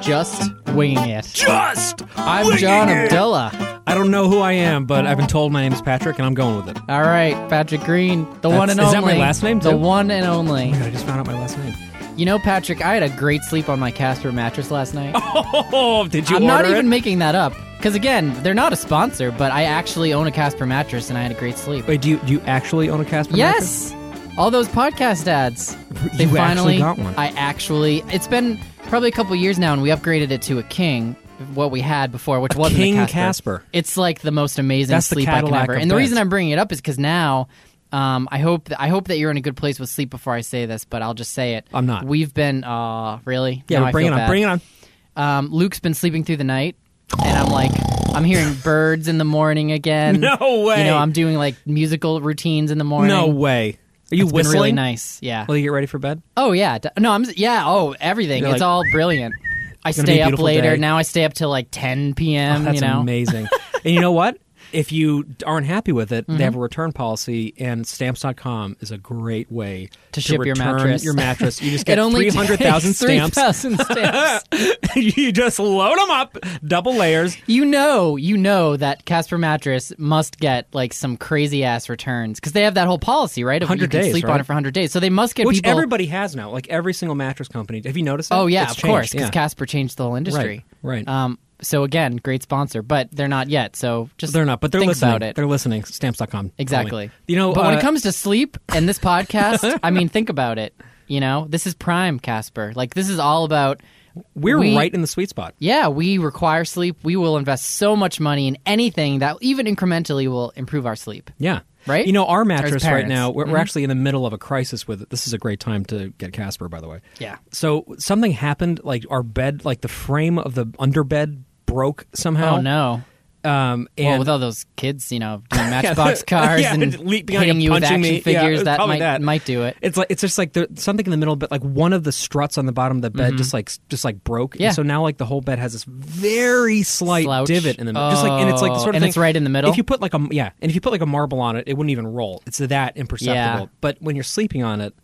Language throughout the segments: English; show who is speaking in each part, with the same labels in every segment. Speaker 1: just winging it.
Speaker 2: Just
Speaker 1: I'm
Speaker 2: winging
Speaker 1: John
Speaker 2: it.
Speaker 1: Abdullah.
Speaker 2: I don't know who I am, but I've been told my name's Patrick, and I'm going with it.
Speaker 1: All right, Patrick Green, the one
Speaker 2: That's-
Speaker 1: and
Speaker 2: is
Speaker 1: only.
Speaker 2: that my last name,
Speaker 1: The
Speaker 2: too?
Speaker 1: one and only.
Speaker 2: I just found out my last name.
Speaker 1: You know, Patrick, I had a great sleep on my Casper mattress last night.
Speaker 2: Oh, did you
Speaker 1: I'm not
Speaker 2: order
Speaker 1: even
Speaker 2: it?
Speaker 1: making that up. Because again, they're not a sponsor, but I actually own a Casper mattress and I had a great sleep.
Speaker 2: Wait, do you do you actually own a Casper? mattress?
Speaker 1: Yes! All those podcast ads. They
Speaker 2: You actually
Speaker 1: finally
Speaker 2: got one.
Speaker 1: I actually it's been probably a couple years now and we upgraded it to a king, what we had before, which wasn't
Speaker 2: King
Speaker 1: a Casper.
Speaker 2: Casper.
Speaker 1: It's like the most amazing
Speaker 2: That's the
Speaker 1: sleep I can
Speaker 2: Cadillac
Speaker 1: ever.
Speaker 2: of
Speaker 1: And the
Speaker 2: beds.
Speaker 1: reason I'm bringing it up is because now um, I hope that, I hope that you're in a good place with sleep before I say this, but I'll just say it.
Speaker 2: I'm not.
Speaker 1: We've been uh really?
Speaker 2: Yeah,
Speaker 1: Now
Speaker 2: but
Speaker 1: I
Speaker 2: bring it
Speaker 1: feel
Speaker 2: on.
Speaker 1: bad
Speaker 2: Bring it on.
Speaker 1: um, Luke's been sleeping through the night, and I'm like, I'm hearing birds in the morning again.
Speaker 2: No
Speaker 1: You
Speaker 2: way.
Speaker 1: know, I'm doing like musical routines in the morning.
Speaker 2: No way. Are you
Speaker 1: It's been
Speaker 2: whistling?
Speaker 1: really nice. Yeah.
Speaker 2: Will you get ready for bed?
Speaker 1: Oh yeah. D- No, I'm yeah. Oh, everything.
Speaker 2: You're
Speaker 1: it's
Speaker 2: like,
Speaker 1: all brilliant. I
Speaker 2: gonna be a
Speaker 1: stay up
Speaker 2: beautiful
Speaker 1: later.
Speaker 2: day. Oh,
Speaker 1: Now I stay up till like 10 p.m.
Speaker 2: That's
Speaker 1: you know.
Speaker 2: amazing. and you know what? If you aren't happy with it, they have
Speaker 1: Mm-hmm.
Speaker 2: a return policy, and stamps.com is a great way
Speaker 1: To ship your
Speaker 2: return
Speaker 1: mattress.
Speaker 2: Your mattress. You just
Speaker 1: It
Speaker 2: get
Speaker 1: only
Speaker 2: 300,000
Speaker 1: takes 3,000
Speaker 2: stamps.
Speaker 1: stamps.
Speaker 2: you just load them up, double layers.
Speaker 1: you know, you know that Casper mattress must get like some crazy ass returns because they have that whole policy, right? Of you
Speaker 2: 100
Speaker 1: can
Speaker 2: days,
Speaker 1: sleep on
Speaker 2: right?
Speaker 1: it for 100 days. So they must get
Speaker 2: Which
Speaker 1: people.
Speaker 2: everybody has now. Like every single mattress company. Have you noticed that?
Speaker 1: Oh yeah,
Speaker 2: It's
Speaker 1: of
Speaker 2: changed,
Speaker 1: course, because
Speaker 2: yeah.
Speaker 1: Casper changed the whole industry.
Speaker 2: Right, right.
Speaker 1: Um, so again, great sponsor, but they're not yet. So just
Speaker 2: They're not, but they're
Speaker 1: think
Speaker 2: listening.
Speaker 1: about it.
Speaker 2: They're listening. Stamps.com.
Speaker 1: exactly.
Speaker 2: You know,
Speaker 1: but when
Speaker 2: uh,
Speaker 1: it comes to sleep and this podcast, I mean, think about it. You know, this is prime Casper. Like this is all about.
Speaker 2: we're
Speaker 1: we-
Speaker 2: right in the sweet spot.
Speaker 1: Yeah, we require sleep. We will invest so much money in anything that even incrementally will improve our sleep.
Speaker 2: Yeah.
Speaker 1: Right?
Speaker 2: You know, our mattress right
Speaker 1: parents.
Speaker 2: now, we're, we're actually in the middle of a crisis with it. This is a great time to get Casper, by the way.
Speaker 1: Yeah.
Speaker 2: So something happened, like our bed, like the frame of the underbed broke somehow.
Speaker 1: Oh no.
Speaker 2: Um, and
Speaker 1: well, with all those kids, you know, doing Matchbox cars
Speaker 2: Yeah,
Speaker 1: and
Speaker 2: leap behind
Speaker 1: hitting
Speaker 2: you,
Speaker 1: you with
Speaker 2: punching
Speaker 1: action
Speaker 2: me. Yeah,
Speaker 1: figures,
Speaker 2: it's
Speaker 1: that
Speaker 2: probably
Speaker 1: might
Speaker 2: that.
Speaker 1: might do it.
Speaker 2: it's like it's just like there, something in the middle, but like one of the struts on the bottom of the bed just like just like broke. And
Speaker 1: Mm-hmm. Yeah.
Speaker 2: so now like the whole bed has this very slight
Speaker 1: Slouch.
Speaker 2: divot in the middle, just like and it's like the
Speaker 1: Oh,
Speaker 2: sort of
Speaker 1: and
Speaker 2: thing-
Speaker 1: it's right in the middle?
Speaker 2: If you put like a yeah, and if you put like a marble on it, it wouldn't even roll. It's that imperceptible.
Speaker 1: Yeah.
Speaker 2: But when you're sleeping on it,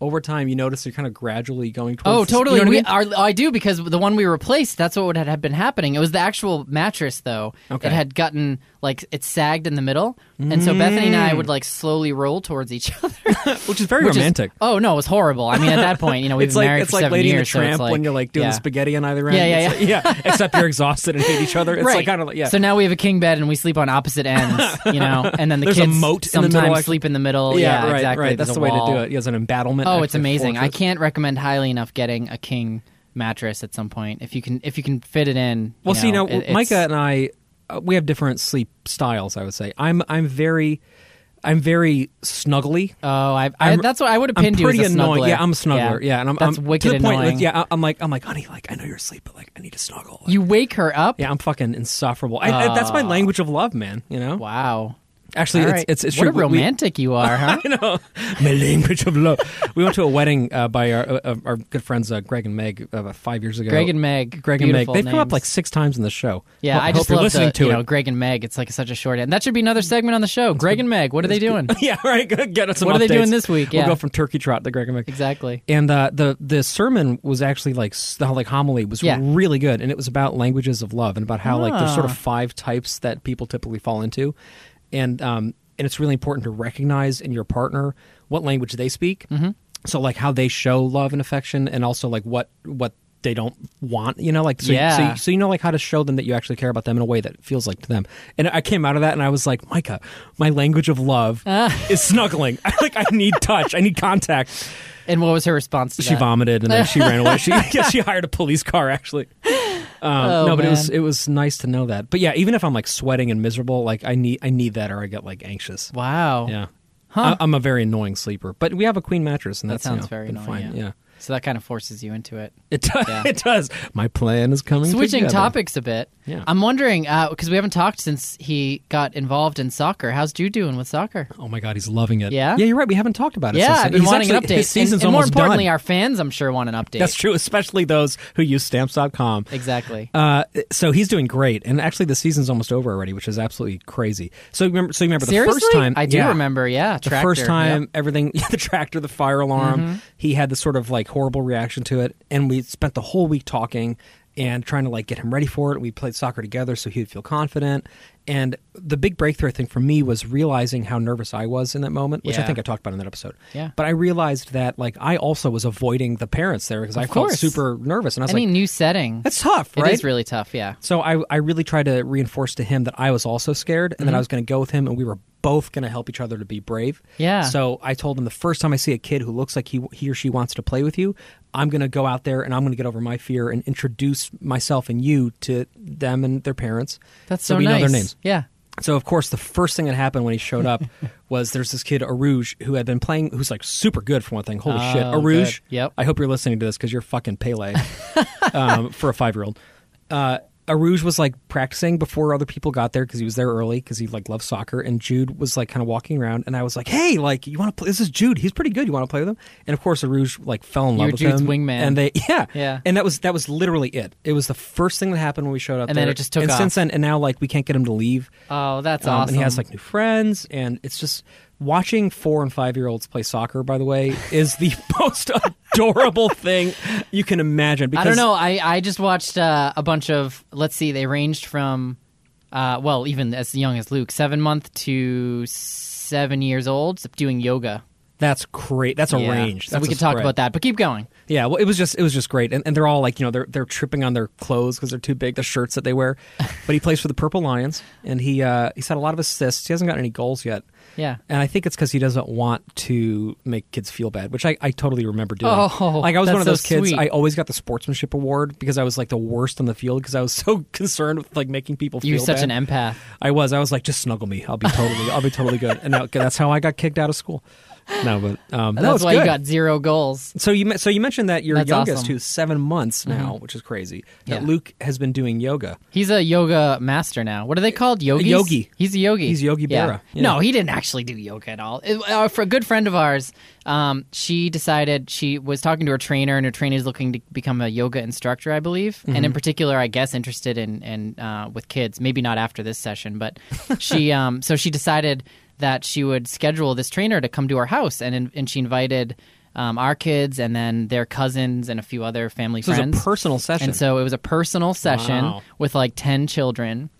Speaker 2: over time you notice you're kind of gradually going towards.
Speaker 1: Oh,
Speaker 2: the- you know
Speaker 1: totally.
Speaker 2: what I
Speaker 1: we,
Speaker 2: mean?
Speaker 1: our, I do because the one we replaced, that's what would had been happening. It was the actual mattress, though.
Speaker 2: Okay.
Speaker 1: It had gotten like it sagged in the middle, and so Bethany and I would like slowly roll towards each other.
Speaker 2: which is very
Speaker 1: which is-
Speaker 2: romantic.
Speaker 1: oh no, it was horrible. I mean, at that point, you know, we've
Speaker 2: it's
Speaker 1: been
Speaker 2: like
Speaker 1: married
Speaker 2: it's
Speaker 1: for
Speaker 2: like
Speaker 1: seven
Speaker 2: Lady
Speaker 1: years,
Speaker 2: and the
Speaker 1: so
Speaker 2: Tramp
Speaker 1: it's like,
Speaker 2: when you're like doing
Speaker 1: yeah.
Speaker 2: the spaghetti on either end.
Speaker 1: Yeah, yeah,
Speaker 2: It's like- yeah. Except you're exhausted and hate each other. It's
Speaker 1: right.
Speaker 2: like kind of like yeah.
Speaker 1: So now we have a king bed and we sleep on opposite ends, you know, and then the
Speaker 2: There's a
Speaker 1: kids
Speaker 2: moat in the
Speaker 1: sometimes
Speaker 2: middle, actually.
Speaker 1: sleep in the middle.
Speaker 2: yeah, right,
Speaker 1: exactly.
Speaker 2: right. That's
Speaker 1: There's
Speaker 2: the
Speaker 1: a
Speaker 2: way
Speaker 1: wall.
Speaker 2: to do it. It's an embattlement.
Speaker 1: Oh,
Speaker 2: actually,
Speaker 1: it's amazing. I
Speaker 2: fortress.
Speaker 1: can't recommend highly enough getting a king mattress at some point if you can if you can fit it in.
Speaker 2: Well,
Speaker 1: you
Speaker 2: see, now
Speaker 1: know, it- it's-
Speaker 2: Micah and I, uh, we have different sleep styles. I would say I'm I'm very, I'm very snuggly.
Speaker 1: Oh, I, I
Speaker 2: I'm-
Speaker 1: that's what I would have
Speaker 2: I'm
Speaker 1: pinned you as
Speaker 2: pretty
Speaker 1: a
Speaker 2: annoying.
Speaker 1: snuggler.
Speaker 2: Yeah, I'm a snuggler. Yeah, and I'm,
Speaker 1: that's
Speaker 2: I'm-
Speaker 1: wicked
Speaker 2: to the point.
Speaker 1: annoying.
Speaker 2: Like, yeah, I- I'm like I'm like honey, like I know you're asleep, but like I need to snuggle. Like,
Speaker 1: you wake her up.
Speaker 2: yeah, I'm fucking insufferable. I, I- that's my language of love, man. You know,
Speaker 1: Wow.
Speaker 2: actually,
Speaker 1: All
Speaker 2: it's,
Speaker 1: right.
Speaker 2: it's it's
Speaker 1: what
Speaker 2: true.
Speaker 1: a
Speaker 2: We- we-
Speaker 1: romantic you are, huh?
Speaker 2: you know, my language of love. we went to a wedding uh, by our uh, uh, our good friends uh, Greg and Meg uh, about five years ago.
Speaker 1: Greg and Meg.
Speaker 2: Greg and Meg.
Speaker 1: beautiful
Speaker 2: They've come up
Speaker 1: names.
Speaker 2: like six times in the show.
Speaker 1: Yeah,
Speaker 2: Ho-
Speaker 1: I just
Speaker 2: hope you're
Speaker 1: love
Speaker 2: listening
Speaker 1: the,
Speaker 2: to
Speaker 1: you
Speaker 2: it.
Speaker 1: know Greg and Meg. It's like such a short end. That should be another segment on the show. Greg and Meg. What are they doing?
Speaker 2: yeah, right. Good. Get us some
Speaker 1: What are they
Speaker 2: updates.
Speaker 1: doing this week? Yeah.
Speaker 2: We'll go from turkey trot to Greg and Mike.
Speaker 1: exactly.
Speaker 2: And uh, the the sermon was actually like s- the like homily was
Speaker 1: Yeah.
Speaker 2: really good, and it was about languages of love and about how like there's sort
Speaker 1: Ah.
Speaker 2: of five types that people typically fall into, and um and it's really important to recognize in your partner what language they speak, mm-hmm. so like how they show love and affection, and also like what what they don't want, you know, like so,
Speaker 1: Yeah.
Speaker 2: so, you- so you know like how to show them that you actually care about them in a way that feels like to them. And I came out of that and I was like, Micah, my language of love
Speaker 1: Ah.
Speaker 2: is snuggling. I, like I need touch, I need contact.
Speaker 1: And what was her response to
Speaker 2: She
Speaker 1: that?
Speaker 2: vomited and then she ran away. She yeah, she hired a police car actually. Um, no, but it was
Speaker 1: Oh, man.
Speaker 2: it was nice to know that. But yeah, even if I'm like sweating and miserable, like I need I need that or I get like anxious.
Speaker 1: Wow.
Speaker 2: Yeah, I, am a very annoying sleeper. But we have a queen mattress, and
Speaker 1: That
Speaker 2: that's you
Speaker 1: sounds
Speaker 2: know,
Speaker 1: very
Speaker 2: been
Speaker 1: annoying.
Speaker 2: Fine. Yeah.
Speaker 1: So that kind of forces you into it.
Speaker 2: it does.
Speaker 1: Yeah.
Speaker 2: It does. My plan is coming.
Speaker 1: Switching
Speaker 2: together.
Speaker 1: topics a bit.
Speaker 2: Yeah.
Speaker 1: I'm wondering because we haven't talked since he got involved in soccer. How's Drew doing with soccer?
Speaker 2: Oh my god, he's loving it.
Speaker 1: Yeah?
Speaker 2: Yeah, you're right. We haven't talked about it.
Speaker 1: Yeah,
Speaker 2: since
Speaker 1: I've been
Speaker 2: he's
Speaker 1: wanting an
Speaker 2: actually-
Speaker 1: update.
Speaker 2: His season's
Speaker 1: and, and more
Speaker 2: almost
Speaker 1: importantly,
Speaker 2: done.
Speaker 1: our fans, I'm sure, want an update.
Speaker 2: That's true, especially those who use stamps.com.
Speaker 1: Exactly.
Speaker 2: Uh, so he's doing great, and actually the season's almost over already, which is absolutely crazy. So you remember, so you remember the
Speaker 1: Seriously,
Speaker 2: first time
Speaker 1: I do
Speaker 2: yeah.
Speaker 1: remember. Yeah, Mm-hmm.
Speaker 2: the
Speaker 1: tractor,
Speaker 2: first time
Speaker 1: yep.
Speaker 2: everything the tractor, the fire alarm. He had this sort of like horrible reaction to it, and we spent the whole week talking. and trying to like get him ready for it. We played soccer together so he would feel confident. And the big breakthrough I think for me was realizing how nervous I was in that moment, which I
Speaker 1: Yeah.
Speaker 2: think I talked about in that episode.
Speaker 1: Yeah.
Speaker 2: But I realized that like I also was avoiding the parents there because I felt
Speaker 1: course.
Speaker 2: super nervous and I was
Speaker 1: Any
Speaker 2: like
Speaker 1: new setting,
Speaker 2: that's tough,
Speaker 1: it
Speaker 2: right?
Speaker 1: is really tough. Yeah.
Speaker 2: So I, I really tried to reinforce to him that I was also scared
Speaker 1: Mm-hmm.
Speaker 2: and that I was going to go with him and we were both going to help each other to be brave.
Speaker 1: Yeah.
Speaker 2: So I told him the first time I see a kid who looks like he, he or she wants to play with you, I'm going to go out there and I'm going to get over my fear and introduce myself and you to them and their parents.
Speaker 1: That's so,
Speaker 2: we
Speaker 1: nice.
Speaker 2: know their names.
Speaker 1: Yeah.
Speaker 2: So of course the first thing that happened when he showed up was there's this kid Arouge who had been playing who's like super good for one thing. Holy shit,
Speaker 1: Oh,
Speaker 2: Arouge.
Speaker 1: good. Yep.
Speaker 2: I hope you're listening to this because you're fucking Pele um, for a five year old. Uh, Arouge was like practicing before other people got there because he was there early because he like loved soccer. And Jude was like kind of walking around, and I was like, "Hey, like you want to play? This is Jude. He's pretty good. You want to play with him?" And of course, Arouge like fell in
Speaker 1: You
Speaker 2: love
Speaker 1: were
Speaker 2: with
Speaker 1: Jude's
Speaker 2: him.
Speaker 1: wingman.
Speaker 2: And they yeah
Speaker 1: Yeah.
Speaker 2: And that was that was literally it. It was the first thing that happened when we showed up.
Speaker 1: And then
Speaker 2: there.
Speaker 1: it just took
Speaker 2: And
Speaker 1: off.
Speaker 2: since then, and now like we can't get him to leave.
Speaker 1: Oh, that's
Speaker 2: Um,
Speaker 1: awesome.
Speaker 2: And he has like new friends, and it's just watching four and five year olds play soccer. By the way, is the most adorable thing you can imagine. Because
Speaker 1: I don't know. I, I just watched uh, a bunch of, let's see, they ranged from, uh, well, even as young as Luke, seven month to seven years old doing yoga.
Speaker 2: That's great. That's a
Speaker 1: Yeah.
Speaker 2: range.
Speaker 1: So
Speaker 2: That's
Speaker 1: we
Speaker 2: a
Speaker 1: could talk
Speaker 2: spread.
Speaker 1: about that, but keep going.
Speaker 2: Yeah, well, it was just it was just great, and, and they're all like you know they're they're tripping on their clothes because they're too big, the shirts that they wear. but he plays for the Purple Lions, and he uh, he's had a lot of assists. He hasn't got any goals yet.
Speaker 1: Yeah.
Speaker 2: And I think it's because he doesn't want to make kids feel bad, which I, I totally remember doing.
Speaker 1: Oh,
Speaker 2: like I was
Speaker 1: that's
Speaker 2: one of
Speaker 1: so
Speaker 2: those kids.
Speaker 1: sweet.
Speaker 2: I always got the sportsmanship award because I was like the worst on the field because I was so concerned with like making people feel.
Speaker 1: You're such
Speaker 2: bad.
Speaker 1: an empath.
Speaker 2: I was. I was like, just snuggle me. I'll be totally. I'll be totally good. And that, that's how I got kicked out of school. No, but um, no,
Speaker 1: that's
Speaker 2: it's
Speaker 1: why
Speaker 2: good.
Speaker 1: you got zero goals.
Speaker 2: So you me- so you mentioned that your
Speaker 1: That's
Speaker 2: yoga's
Speaker 1: awesome. Mm-hmm.
Speaker 2: too seven months now, which is crazy. That
Speaker 1: Yeah.
Speaker 2: Luke has been doing yoga.
Speaker 1: He's a yoga master now. What are they called? Yogis?
Speaker 2: yogi.
Speaker 1: He's a yogi.
Speaker 2: He's Yogi
Speaker 1: Yeah.
Speaker 2: Berra. Yeah.
Speaker 1: No, he didn't actually do yoga at all. It- uh, for a good friend of ours, um, she decided she was talking to her trainer, and her trainer is looking to become a yoga instructor, I believe,
Speaker 2: Mm-hmm.
Speaker 1: and in particular, I guess interested in and uh, with kids. Maybe not after this session, but she. Um, so she decided that she would schedule this trainer to come to our house, and in, and she invited. Um, our kids and then their cousins and a few other family
Speaker 2: So
Speaker 1: friends.
Speaker 2: it's a personal session.
Speaker 1: And so it was a personal session
Speaker 2: Wow.
Speaker 1: with like 10 children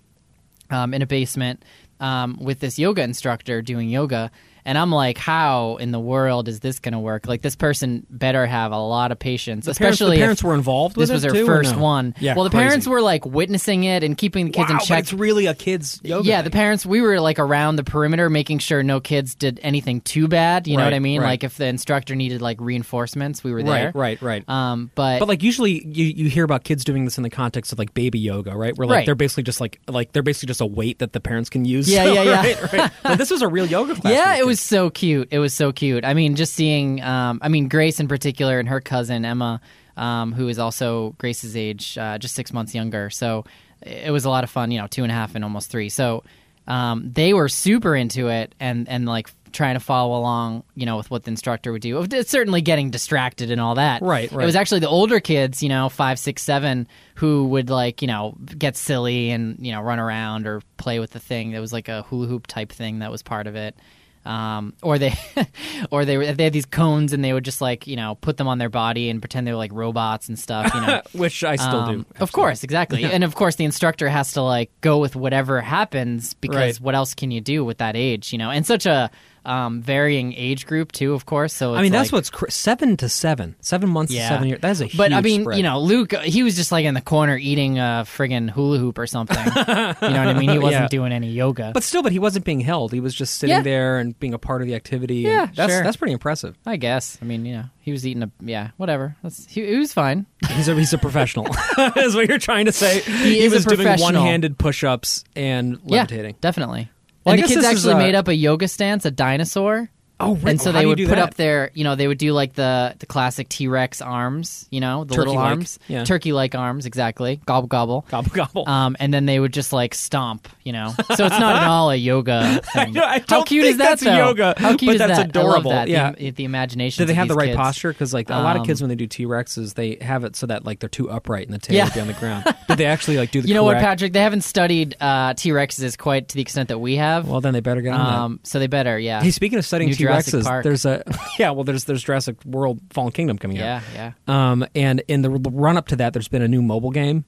Speaker 1: um, in a basement um, with this yoga instructor doing yoga. And I'm like, how in the world is this going to work? Like, this person better have a lot of patience,
Speaker 2: Parents-
Speaker 1: especially
Speaker 2: the parents
Speaker 1: if
Speaker 2: were involved. With
Speaker 1: this was
Speaker 2: it
Speaker 1: their
Speaker 2: too, or
Speaker 1: first
Speaker 2: no?
Speaker 1: one.
Speaker 2: Yeah.
Speaker 1: well, the
Speaker 2: crazy.
Speaker 1: parents were like witnessing it and keeping the kids
Speaker 2: wow,
Speaker 1: in
Speaker 2: but
Speaker 1: check.
Speaker 2: it's really a kids yoga.
Speaker 1: Yeah, the
Speaker 2: thing.
Speaker 1: parents we were like around the perimeter making sure no kids did anything too bad. You know what
Speaker 2: Right,
Speaker 1: I mean?
Speaker 2: right.
Speaker 1: Like if the instructor needed like reinforcements, we were there.
Speaker 2: Right, right, right.
Speaker 1: Um,
Speaker 2: but like usually you, you hear about kids doing this in the context of like baby yoga, right? Where like
Speaker 1: Right.
Speaker 2: they're basically just like like they're basically just a weight that the parents can use.
Speaker 1: Yeah, yeah, yeah.
Speaker 2: right, right. But this was a real yoga class.
Speaker 1: Yeah,
Speaker 2: with
Speaker 1: it
Speaker 2: kids.
Speaker 1: was so cute. It was so cute. I mean, just seeing, um, I mean, Grace in particular and her cousin Emma, um, who is also Grace's age, uh, just six months younger. So it was a lot of fun, you know, two and a half and almost three. So um, they were super into it and, and like trying to follow along, you know, with what the instructor would do. It's certainly getting distracted and all that.
Speaker 2: Right,
Speaker 1: It
Speaker 2: right.
Speaker 1: was actually the older kids, you know, five, six, seven, who would like, you know, get silly and, you know, run around or play with the thing. It was like a hula hoop type thing that was part of it. Um, or they, or they were, they had these cones and they would just like, you know, put them on their body and pretend they were like robots and stuff, you know.
Speaker 2: which I still
Speaker 1: Um,
Speaker 2: do.
Speaker 1: Of course, exactly. And of course, the instructor has to like go with whatever happens because
Speaker 2: Right.
Speaker 1: what else can you do with that age, you know? And such a um, varying age group too, of course. So it's
Speaker 2: I mean, that's
Speaker 1: like-
Speaker 2: what's cr- seven to seven, seven months to seven years. That is a
Speaker 1: But I
Speaker 2: huge
Speaker 1: mean,
Speaker 2: spread.
Speaker 1: you know, Luke, uh, he was just like in the corner eating a friggin' hula hoop or something. you know what I mean? He wasn't
Speaker 2: Yeah.
Speaker 1: doing any yoga.
Speaker 2: But still, but he wasn't being held. He was just sitting
Speaker 1: Yeah.
Speaker 2: there and being a part of the activity. and
Speaker 1: Yeah,
Speaker 2: that's
Speaker 1: sure.
Speaker 2: that's pretty impressive.
Speaker 1: I guess. I mean, you know, he was eating a yeah, whatever. That's he, he was fine.
Speaker 2: He's a he's a professional. is what you're trying to say. He,
Speaker 1: is a
Speaker 2: was doing
Speaker 1: professional.
Speaker 2: one-handed push-ups and levitating.
Speaker 1: Yeah, definitely.
Speaker 2: Well, I
Speaker 1: and the
Speaker 2: guess
Speaker 1: kids
Speaker 2: this is,
Speaker 1: actually
Speaker 2: uh,
Speaker 1: made up a yoga stance, a dinosaur.
Speaker 2: Oh, right.
Speaker 1: And so
Speaker 2: Well, how
Speaker 1: they
Speaker 2: do you
Speaker 1: would
Speaker 2: do
Speaker 1: put
Speaker 2: that?
Speaker 1: up their, you know, they would do like the the classic T Rex arms, you know, the little
Speaker 2: Turkey-like.
Speaker 1: arms,
Speaker 2: Yeah.
Speaker 1: turkey like arms, exactly, gobble gobble,
Speaker 2: gobble gobble.
Speaker 1: um, and then they would just like stomp, you know. So it's not at all a yoga. Thing.
Speaker 2: know, I
Speaker 1: How
Speaker 2: don't
Speaker 1: cute
Speaker 2: think
Speaker 1: is that?
Speaker 2: that's
Speaker 1: though?
Speaker 2: yoga,
Speaker 1: How cute
Speaker 2: but
Speaker 1: is
Speaker 2: that's
Speaker 1: that?
Speaker 2: adorable.
Speaker 1: I love that.
Speaker 2: Yeah.
Speaker 1: The, the imagination.
Speaker 2: do they
Speaker 1: of
Speaker 2: have the
Speaker 1: these
Speaker 2: right
Speaker 1: kids.
Speaker 2: posture? Because like a lot of
Speaker 1: Um,
Speaker 2: kids when they do T Rexes, they have it so that like they're too upright and the tail
Speaker 1: Yeah.
Speaker 2: would be on the ground. Did they actually like do the?
Speaker 1: You know what,
Speaker 2: correct-
Speaker 1: Patrick? They haven't studied uh, T Rexes quite to the extent that we have.
Speaker 2: Well, then they better get on
Speaker 1: um, so they better, yeah.
Speaker 2: that. Hey, speaking of studying
Speaker 1: New
Speaker 2: T
Speaker 1: Jurassic
Speaker 2: Rexes.
Speaker 1: Park.
Speaker 2: There's a yeah, well, there's there's Jurassic World Fallen Kingdom coming
Speaker 1: yeah,
Speaker 2: out.
Speaker 1: yeah.
Speaker 2: Um, and in the run up to that, there's been a new mobile game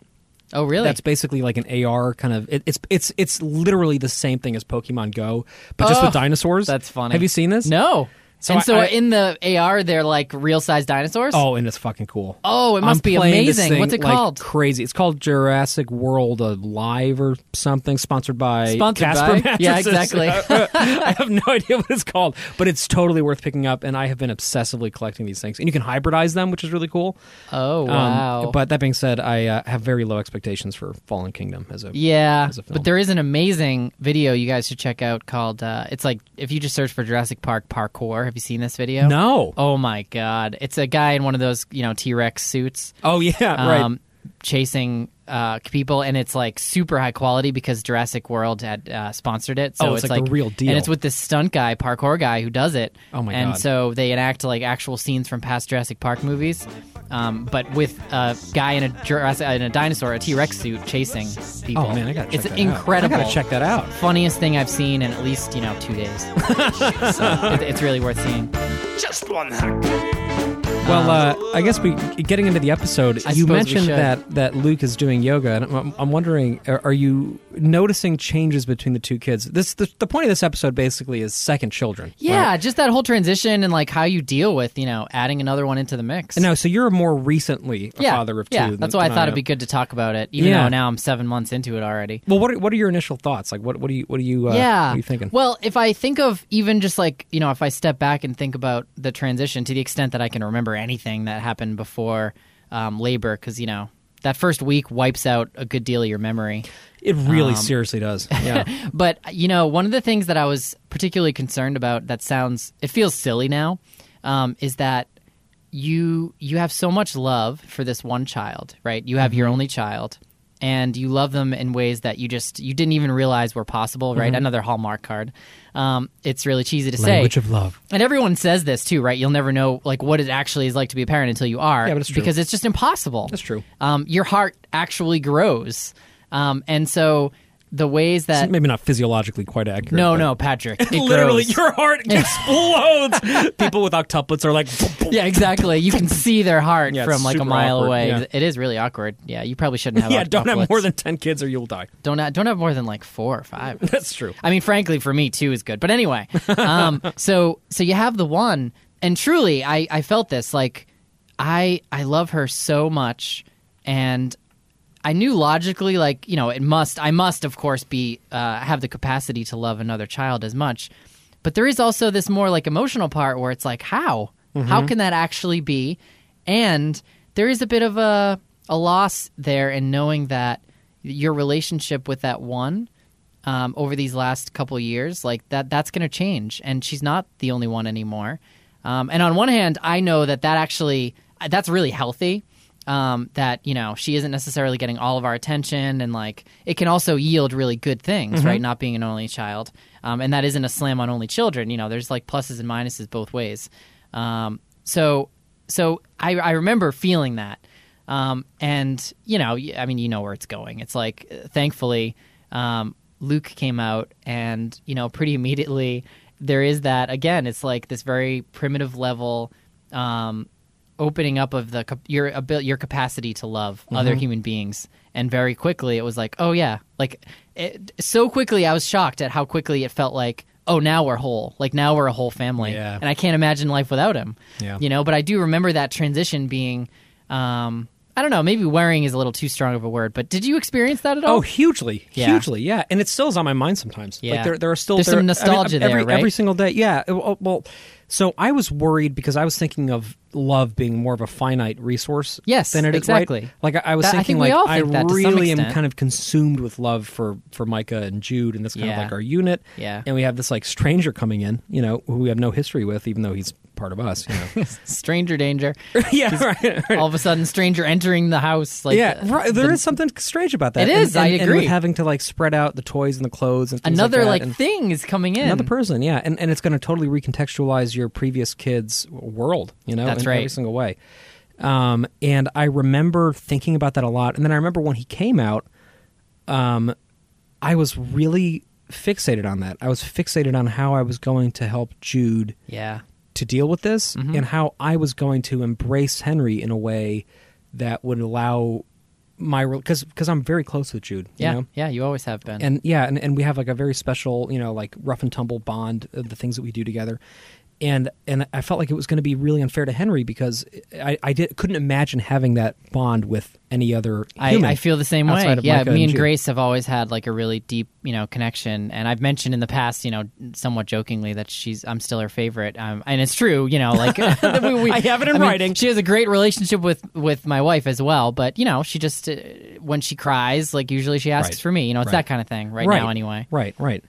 Speaker 1: Oh, really?
Speaker 2: that's basically like an AR kind of. It, it's it's it's literally the same thing as Pokemon Go, but just
Speaker 1: Oh,
Speaker 2: with dinosaurs.
Speaker 1: that's funny.
Speaker 2: Have you seen this?
Speaker 1: no.
Speaker 2: So
Speaker 1: and
Speaker 2: I-
Speaker 1: so
Speaker 2: I-
Speaker 1: in the AR, they're like real size dinosaurs.
Speaker 2: Oh, and it's fucking cool.
Speaker 1: Oh, it must
Speaker 2: I'm
Speaker 1: be
Speaker 2: playing this
Speaker 1: amazing.
Speaker 2: thing
Speaker 1: What's it
Speaker 2: like
Speaker 1: called?
Speaker 2: Crazy. It's called Jurassic World uh, Live or something, sponsored by
Speaker 1: Sponsored
Speaker 2: Casper
Speaker 1: by- Yeah,
Speaker 2: Mattresses.
Speaker 1: exactly.
Speaker 2: I have no idea what it's called, but it's totally worth picking up. And I have been obsessively collecting these things, and you can hybridize them, which is really cool.
Speaker 1: Oh,
Speaker 2: Um,
Speaker 1: wow.
Speaker 2: but that being said, I uh, have very low expectations for Fallen Kingdom as a
Speaker 1: yeah,
Speaker 2: as a film.
Speaker 1: but there is an amazing video you guys should check out called. Uh, it's like if you just search for Jurassic Park parkour. Have you seen this video?
Speaker 2: no.
Speaker 1: Oh my god! It's a guy in one of those you know T Rex suits.
Speaker 2: Oh yeah, right.
Speaker 1: um, chasing uh, people, and it's like super high quality because Jurassic World had uh, sponsored it. So
Speaker 2: Oh, it's, like, the real deal.
Speaker 1: and it's with this stunt guy, parkour guy, who does it.
Speaker 2: Oh, my
Speaker 1: And
Speaker 2: God.
Speaker 1: so they enact like actual scenes from past Jurassic Park movies, um, but with a guy in a Jurassic in a dinosaur, a T Rex suit, chasing people.
Speaker 2: Oh man, I gotta check
Speaker 1: it's
Speaker 2: that out.
Speaker 1: incredible.
Speaker 2: I gotta check that out.
Speaker 1: Funniest thing I've seen in at least you know two days. so it, it's really worth seeing.
Speaker 3: Just one hack.
Speaker 2: Well, uh, I guess we getting into the episode.
Speaker 1: I
Speaker 2: you
Speaker 1: suppose we
Speaker 2: mentioned
Speaker 1: should.
Speaker 2: that that Luke is doing yoga, and I'm, I'm wondering, are, are you noticing changes between the two kids? This the, the point of this episode basically is second children.
Speaker 1: Yeah,
Speaker 2: right?
Speaker 1: just that whole transition and like how you deal with you know adding another one into the mix.
Speaker 2: No, so you're more recently a
Speaker 1: yeah,
Speaker 2: father of two.
Speaker 1: yeah.
Speaker 2: than-
Speaker 1: that's why I
Speaker 2: than
Speaker 1: thought it'd
Speaker 2: am.
Speaker 1: be good to talk about it, even
Speaker 2: Yeah.
Speaker 1: though now I'm seven months into it already.
Speaker 2: Well, what are, what are your initial thoughts? Like, what what do you what do you uh,
Speaker 1: yeah,
Speaker 2: what are you thinking?
Speaker 1: Well, if I think of even just like you know, if I step back and think about the transition to the extent that I can remember anything that happened before um, labor, because you know that first week wipes out a good deal of your memory.
Speaker 2: it
Speaker 1: Um,
Speaker 2: really seriously does. Yeah.
Speaker 1: But you know, one of the things that I was particularly concerned about that sounds it feels silly now um, is that you you have so much love for this one child, right? You have your
Speaker 2: Mm-hmm.
Speaker 1: only child, and you love them in ways that you just you didn't even realize were possible, right? Another Hallmark card. Um, it's really cheesy to
Speaker 2: Mm-hmm. Language
Speaker 1: say.
Speaker 2: of love.
Speaker 1: and everyone says this too, right? You'll never know like what it actually is like to be a parent until you are,
Speaker 2: Yeah, but it's true.
Speaker 1: because it's just impossible.
Speaker 2: That's true.
Speaker 1: Um, your heart actually grows, um, and so the ways that
Speaker 2: Uh, Maybe not physiologically quite accurate.
Speaker 1: no,
Speaker 2: but-
Speaker 1: no, Patrick. It
Speaker 2: Literally,
Speaker 1: grows.
Speaker 2: your heart explodes. People with octuplets are like,
Speaker 1: yeah, exactly. You can see their heart
Speaker 2: Yeah, it's
Speaker 1: from like a
Speaker 2: super
Speaker 1: mile
Speaker 2: awkward,
Speaker 1: away.
Speaker 2: yeah.
Speaker 1: It is really awkward. Yeah, you probably shouldn't have.
Speaker 2: yeah, don't have
Speaker 1: octoplets.
Speaker 2: more than ten kids or you'll die.
Speaker 1: don't have, don't have more than like four or five.
Speaker 2: That's true.
Speaker 1: I mean, frankly, for me two is good. But anyway, um, so so you have the one, and truly, I I felt this like I I love her so much, and I knew logically like you know it must I must of course be uh, have the capacity to love another child as much, but there is also this more like emotional part where it's like how how can that actually be, and there is a bit of a a loss there in knowing that your relationship with that one um, over these last couple years, like that that's going to change, and she's not the only one anymore. Um, and on one hand, I know that that actually uh, that's really healthy. Um, that you know she isn't necessarily getting all of our attention, and like it can also yield really good things, right? Not being an only child, um, and that isn't a slam on only children. You know, there's like pluses and minuses both ways. Um, so so I, I remember feeling that. Um, and you know, y- I mean, you know where it's going. It's like, uh, thankfully, um, Luke came out, and you know, pretty immediately there is that again. It's like this very primitive level um, opening up of the cap- your abil- your capacity to love other
Speaker 2: Mm-hmm.
Speaker 1: human beings, and very quickly it was like, oh yeah, like it, so quickly I was shocked at how quickly it felt like. Oh, now we're whole. Like now we're a whole family,
Speaker 2: Yeah.
Speaker 1: and I can't imagine life without him
Speaker 2: Yeah.
Speaker 1: you know but i do remember that transition being um i don't know maybe worrying is a little too strong of a word but did you experience that at all
Speaker 2: Oh, hugely,
Speaker 1: Yeah.
Speaker 2: hugely, yeah. And it still is on my mind sometimes.
Speaker 1: Yeah.
Speaker 2: Like there, there are still
Speaker 1: There's
Speaker 2: there-
Speaker 1: some nostalgia
Speaker 2: I mean, every,
Speaker 1: there, right?
Speaker 2: Every single day, yeah. Uh, Well, well, so I was worried because I was thinking of love being more of a finite resource.
Speaker 1: Yes,
Speaker 2: than it is,
Speaker 1: exactly.
Speaker 2: right? Like I, I was
Speaker 1: That- I
Speaker 2: thinking,
Speaker 1: think we
Speaker 2: like
Speaker 1: all think
Speaker 2: I
Speaker 1: that to some
Speaker 2: really am
Speaker 1: extent.
Speaker 2: kind of consumed with love for for Micah and Jude, and that's kind
Speaker 1: Yeah.
Speaker 2: of like our unit.
Speaker 1: Yeah.
Speaker 2: And we have this like stranger coming in, you know, who we have no history with, even though he's part of us. You know.
Speaker 1: stranger danger
Speaker 2: yeah. Right.
Speaker 1: all of a sudden stranger entering the house like
Speaker 2: yeah,
Speaker 1: uh,
Speaker 2: right. There is something strange about that.
Speaker 1: It
Speaker 2: And-
Speaker 1: is, I
Speaker 2: and- and with
Speaker 1: agree.
Speaker 2: having to like spread out the toys and the clothes and things
Speaker 1: another
Speaker 2: like,
Speaker 1: like
Speaker 2: that and-
Speaker 1: thing is coming in
Speaker 2: another person yeah and, and it's going to totally recontextualize your previous kids world you know
Speaker 1: That's
Speaker 2: in every
Speaker 1: right.
Speaker 2: single way um, and i remember thinking about that a lot and then i remember when he came out um, i was really fixated on that. I was fixated on how I was going to help Jude
Speaker 1: Yeah.
Speaker 2: to deal with this
Speaker 1: Mm-hmm.
Speaker 2: and how I was going to embrace Henry in a way that would allow my because because I'm very close with Jude.
Speaker 1: Yeah.
Speaker 2: You know?
Speaker 1: Yeah. You always have been.
Speaker 2: and yeah, and, and we have like a very special, you know, like rough and tumble bond of the things that we do together. And and I felt like it was going to be really unfair to Henry because I, I did, couldn't imagine having that bond with any other
Speaker 1: I,
Speaker 2: human.
Speaker 1: I feel the same way.
Speaker 2: outside of
Speaker 1: Yeah,
Speaker 2: Micah
Speaker 1: me
Speaker 2: and
Speaker 1: and
Speaker 2: Jude.
Speaker 1: Grace have always had like a really deep, you know, connection. And I've mentioned in the past, you know, somewhat jokingly that she's I'm still her favorite. Um, and it's true, you know, like we, we,
Speaker 2: I have it in
Speaker 1: mean,
Speaker 2: writing.
Speaker 1: she has a great relationship with with my wife as well. But you know, she just uh, when she cries, like usually she asks
Speaker 2: Right.
Speaker 1: for me. You know, it's
Speaker 2: Right.
Speaker 1: that kind of thing right, now, anyway.
Speaker 2: Right, right.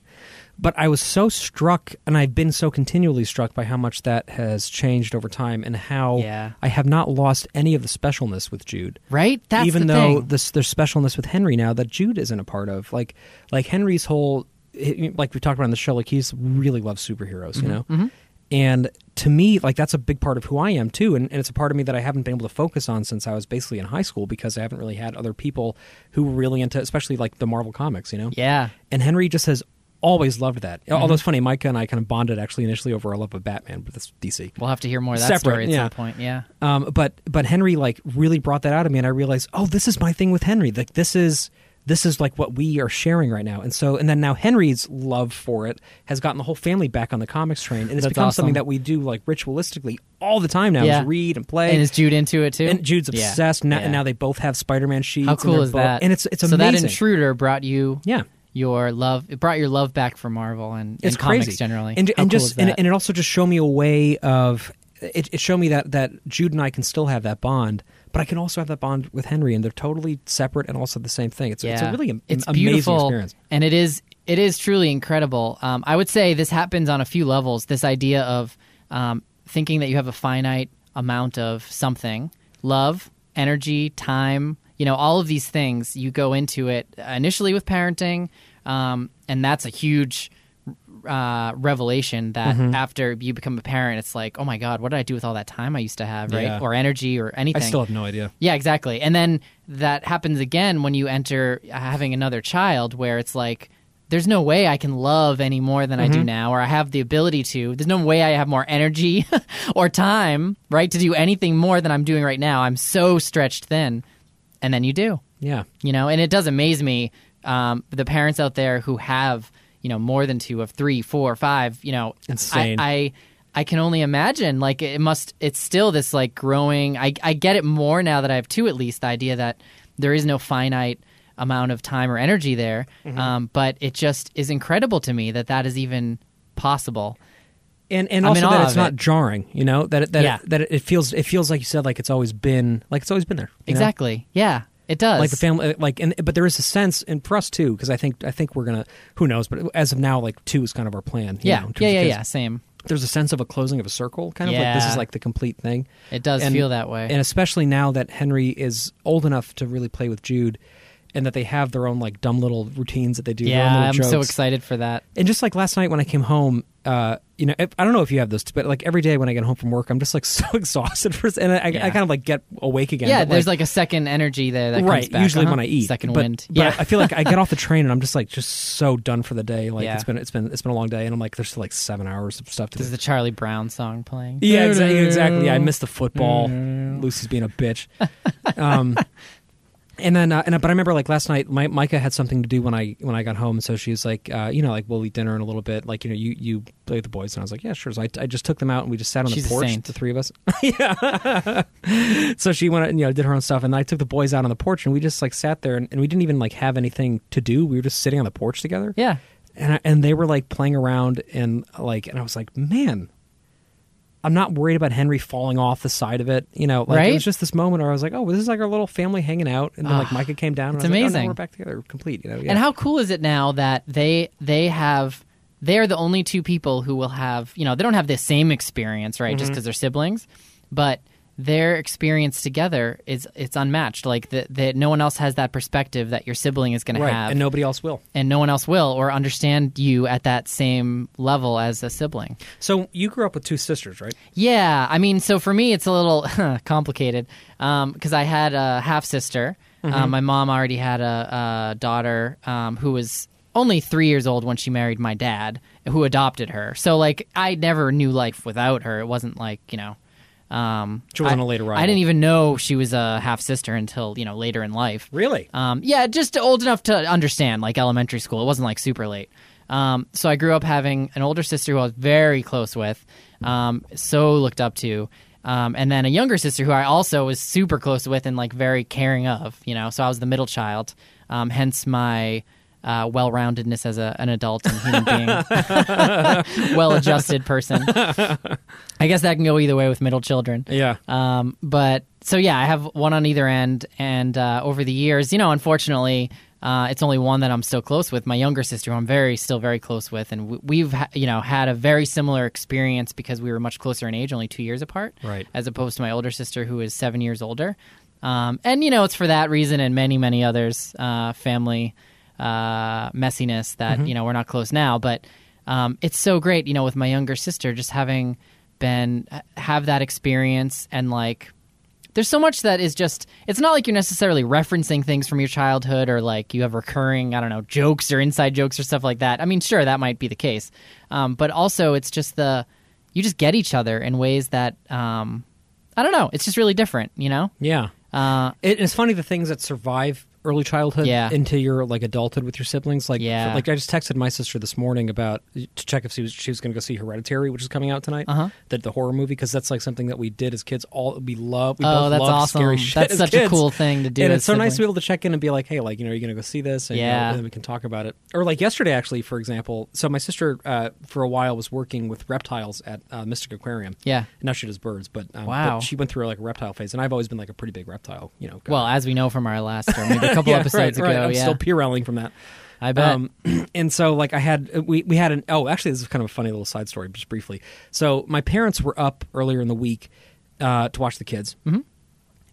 Speaker 2: But I was so struck, and I've been so continually struck by how much that has changed over time, and how
Speaker 1: Yeah.
Speaker 2: I have not lost any of the specialness with Jude.
Speaker 1: Right? That's
Speaker 2: even
Speaker 1: the
Speaker 2: though
Speaker 1: thing.
Speaker 2: this there's specialness with Henry now that Jude isn't a part of. Like, like Henry's whole, like we talked about on the show, like he's really loves superheroes,
Speaker 1: Mm-hmm,
Speaker 2: you know. And to me, like that's a big part of who I am too, and, and it's a part of me that I haven't been able to focus on since I was basically in high school because I haven't really had other people who were really into, especially like the Marvel comics, you know.
Speaker 1: yeah.
Speaker 2: And Henry just has always loved that.
Speaker 1: Mm-hmm.
Speaker 2: Although it's funny, Micah and I kind of bonded actually initially over our love of Batman, but that's DC.
Speaker 1: We'll have to hear more of that
Speaker 2: Separate,
Speaker 1: story at
Speaker 2: yeah.
Speaker 1: some point. Yeah.
Speaker 2: Um, but but Henry like really brought that out of me, and I realized, oh, this is my thing with Henry. Like this is this is like what we are sharing right now. And so and then now Henry's love for it has gotten the whole family back on the comics train, and it's
Speaker 1: That's
Speaker 2: become
Speaker 1: awesome.
Speaker 2: something that we do like ritualistically all the time now.
Speaker 1: Yeah.
Speaker 2: Is read and play.
Speaker 1: And is Jude into it too?
Speaker 2: And Jude's
Speaker 1: Yeah.
Speaker 2: obsessed now,
Speaker 1: Yeah.
Speaker 2: and now they both have Spider-Man sheets.
Speaker 1: How
Speaker 2: in
Speaker 1: cool
Speaker 2: their
Speaker 1: is
Speaker 2: book.
Speaker 1: that?
Speaker 2: And it's it's
Speaker 1: so
Speaker 2: amazing.
Speaker 1: that intruder brought you
Speaker 2: Yeah.
Speaker 1: your love. It brought your love back for Marvel and, and
Speaker 2: it's
Speaker 1: comics
Speaker 2: crazy.
Speaker 1: generally.
Speaker 2: and,
Speaker 1: How
Speaker 2: and
Speaker 1: cool
Speaker 2: just
Speaker 1: is
Speaker 2: and,
Speaker 1: that?
Speaker 2: and it also just showed me a way of it, it showed me that that Jude and I can still have that bond, but I can also have that bond with Henry, and they're totally separate and also the same thing. It's, it's a really am-
Speaker 1: it's
Speaker 2: amazing
Speaker 1: beautiful,
Speaker 2: experience.
Speaker 1: and it is it is truly incredible. Um, I would say this happens on a few levels. This idea of um, thinking that you have a finite amount of something, love, energy, time, you know, all of these things. You go into it initially with parenting, um, and that's a huge uh, revelation that
Speaker 2: Mm-hmm.
Speaker 1: after you become a parent, it's like, oh my god, what did I do with all that time I used to have, right,
Speaker 2: Yeah.
Speaker 1: or energy, or
Speaker 2: I
Speaker 1: anything?
Speaker 2: still have no idea.
Speaker 1: Yeah, exactly. And then that happens again when you enter uh, having another child, where it's like, there's no way I can love any more than I do now, or I have the ability to. There's no way I have more energy or time, right, to do anything more than I'm doing right now. I'm so stretched thin. And then you do
Speaker 2: Yeah,
Speaker 1: you know and it does amaze me um, the parents out there who have you know more than two of three four five you know
Speaker 2: Insane.
Speaker 1: I, I i can only imagine like it must it's still this like growing i i get it more now that i have two at least the idea that there is no finite amount of time or energy there
Speaker 2: Mm-hmm.
Speaker 1: um, but it just is incredible to me that that is even possible
Speaker 2: and and
Speaker 1: I'm in
Speaker 2: also
Speaker 1: awe
Speaker 2: that it's
Speaker 1: of
Speaker 2: not
Speaker 1: it.
Speaker 2: jarring. You know that it, that
Speaker 1: Yeah.
Speaker 2: it, that it feels it feels like you said like it's always been like it's always been there. you know?
Speaker 1: exactly yeah it does
Speaker 2: Like the family, uh, like, and but there is a sense, and for us too, because I think I think we're gonna, who knows, but as of now, like two is kind of our plan. you
Speaker 1: yeah
Speaker 2: know, in terms
Speaker 1: yeah
Speaker 2: of
Speaker 1: yeah
Speaker 2: kids.
Speaker 1: yeah same
Speaker 2: there's a sense of a closing of a circle kind of like this
Speaker 1: Yeah.
Speaker 2: is like the complete thing
Speaker 1: it does
Speaker 2: And-
Speaker 1: feel that way
Speaker 2: and especially now that henry is old enough to really play with jude and that they have their own like dumb little routines that they do their own
Speaker 1: yeah i'm
Speaker 2: little
Speaker 1: so
Speaker 2: jokes.
Speaker 1: excited for that
Speaker 2: and just like last night when i came home uh you know i I don't know if you have this but like every day when i get home from work i'm just like so exhausted for and i, I-
Speaker 1: Yeah.
Speaker 2: I kind of like get awake again
Speaker 1: Yeah,
Speaker 2: but,
Speaker 1: there's like a second energy there that
Speaker 2: right
Speaker 1: comes back.
Speaker 2: usually
Speaker 1: Uh-huh.
Speaker 2: when i eat
Speaker 1: second
Speaker 2: but,
Speaker 1: wind.
Speaker 2: but
Speaker 1: yeah,
Speaker 2: i feel like i get off the train and i'm just like just so done for the day like
Speaker 1: Yeah.
Speaker 2: it's been it's been it's been a long day and i'm like there's still like seven hours of stuff to do
Speaker 1: there's the Charlie Brown song playing.
Speaker 2: yeah, exactly. Exactly. Yeah, I missed the football.
Speaker 1: Mm-hmm.
Speaker 2: Lucy's being a bitch. Um, and then, uh, and but I remember like last night, my, Micah had something to do when I when I got home, so she was like, uh, you know, like we'll eat dinner in a little bit. Like you know, you you play with the boys, and I was like, yeah, sure. So I, I just took them out and we just sat on
Speaker 1: She's a
Speaker 2: the porch,
Speaker 1: saint.
Speaker 2: the three of us. yeah. so she went out and you know did her own stuff, and I took the boys out on the porch, and we just like sat there, and, and we didn't even like have anything to do. We were just sitting on the porch together
Speaker 1: Yeah,
Speaker 2: and I, and they were like playing around and like and I was like, man, I'm not worried about Henry falling off the side of it. You know, like it
Speaker 1: Right?
Speaker 2: was just this moment where I was like, oh, this is like our little family hanging out, and then like
Speaker 1: Ah,
Speaker 2: Micah came down.
Speaker 1: it's
Speaker 2: and I was like, oh, no,
Speaker 1: amazing.
Speaker 2: we're back together, we're complete. You know, yeah.
Speaker 1: And how cool is it now that they they have they are the only two people who will have you know they don't have the same experience right
Speaker 2: Mm-hmm.
Speaker 1: just because they're siblings, but their experience together is it's unmatched. Like that that no one else has that perspective that your sibling is going
Speaker 2: right,
Speaker 1: to have,
Speaker 2: and nobody else will.
Speaker 1: and no one else will or understand you at that same level as a sibling.
Speaker 2: So you grew up with two sisters, right?
Speaker 1: Yeah, I mean, so for me, it's a little complicated because I
Speaker 2: Mm-hmm.
Speaker 1: had a half sister. Um, my mom already had a, a daughter um, who was only three years old when she married my dad, who adopted her. So like I never knew life without her. It wasn't like you know. Um,
Speaker 2: She wasn't
Speaker 1: I-
Speaker 2: a late arrival.
Speaker 1: I didn't even know she was a half sister until you know later in life.
Speaker 2: Really?
Speaker 1: Um, yeah, just old enough to understand, like elementary school. It wasn't like super late. Um, so I grew up having an older sister who I was very close with, um, so looked up to, um, and then a younger sister who I also was super close with and like very caring of. You know, so I was the middle child. Um, hence my. Uh, well-roundedness as a, an adult and human being, well-adjusted person. I guess that can go either way with middle children.
Speaker 2: Yeah.
Speaker 1: Um, but so yeah, I have one on either end, and uh, over the years, you know, unfortunately, uh, it's only one that I'm still close with. My younger sister, who I'm very still very close with, and we, we've ha- you know had a very similar experience because we were much closer in age, only two years apart,
Speaker 2: Right.
Speaker 1: As opposed to my older sister, who is seven years older. Um, and you know, it's for that reason and many many others, uh, family uh, messiness that you know we're not close now, but um, it's so great, you know, with my younger sister, just having been uh, have that experience and like there's so much that is just it's not like you're necessarily referencing things from your childhood or like you have recurring i don't know jokes or inside jokes or stuff like that i mean sure that might be the case um, but also it's just the you just get each other in ways that um, i don't know it's just really different you know
Speaker 2: yeah.
Speaker 1: uh,
Speaker 2: It, it's funny the things that survive early childhood
Speaker 1: Yeah.
Speaker 2: into your like adulthood with your siblings. Like,
Speaker 1: Yeah.
Speaker 2: like I just texted my sister this morning about to check if she was she was going to go see Hereditary, which is coming out tonight.
Speaker 1: Uh-huh.
Speaker 2: The, the horror movie because that's like something that we did as kids. All we love. We
Speaker 1: oh
Speaker 2: both
Speaker 1: that's
Speaker 2: loved
Speaker 1: awesome
Speaker 2: Scary shit
Speaker 1: that's
Speaker 2: as
Speaker 1: such a
Speaker 2: kids.
Speaker 1: cool thing to do
Speaker 2: and
Speaker 1: as
Speaker 2: it's so nice to be
Speaker 1: siblings.
Speaker 2: able to check in and be like, hey, like, you know, are you going to go see this? And, you know,
Speaker 1: Yeah.
Speaker 2: and then we can talk about it. Or like yesterday, actually, for example. So my sister, uh, for a while, was working with reptiles at uh, Mystic Aquarium.
Speaker 1: Yeah.
Speaker 2: Now she does birds, but, um,
Speaker 1: Wow.
Speaker 2: but she went through like a reptile phase. And I've always been like a pretty big reptile, you know. guy.
Speaker 1: well as we know from our last or maybe a couple
Speaker 2: Yeah,
Speaker 1: episodes
Speaker 2: right, right.
Speaker 1: ago
Speaker 2: I'm
Speaker 1: yeah
Speaker 2: still um, Pirelling from that.
Speaker 1: i bet
Speaker 2: and so like I had we we had an oh actually this is kind of a funny little side story just briefly. So my parents were up earlier in the week uh, to watch the kids, mm-hmm.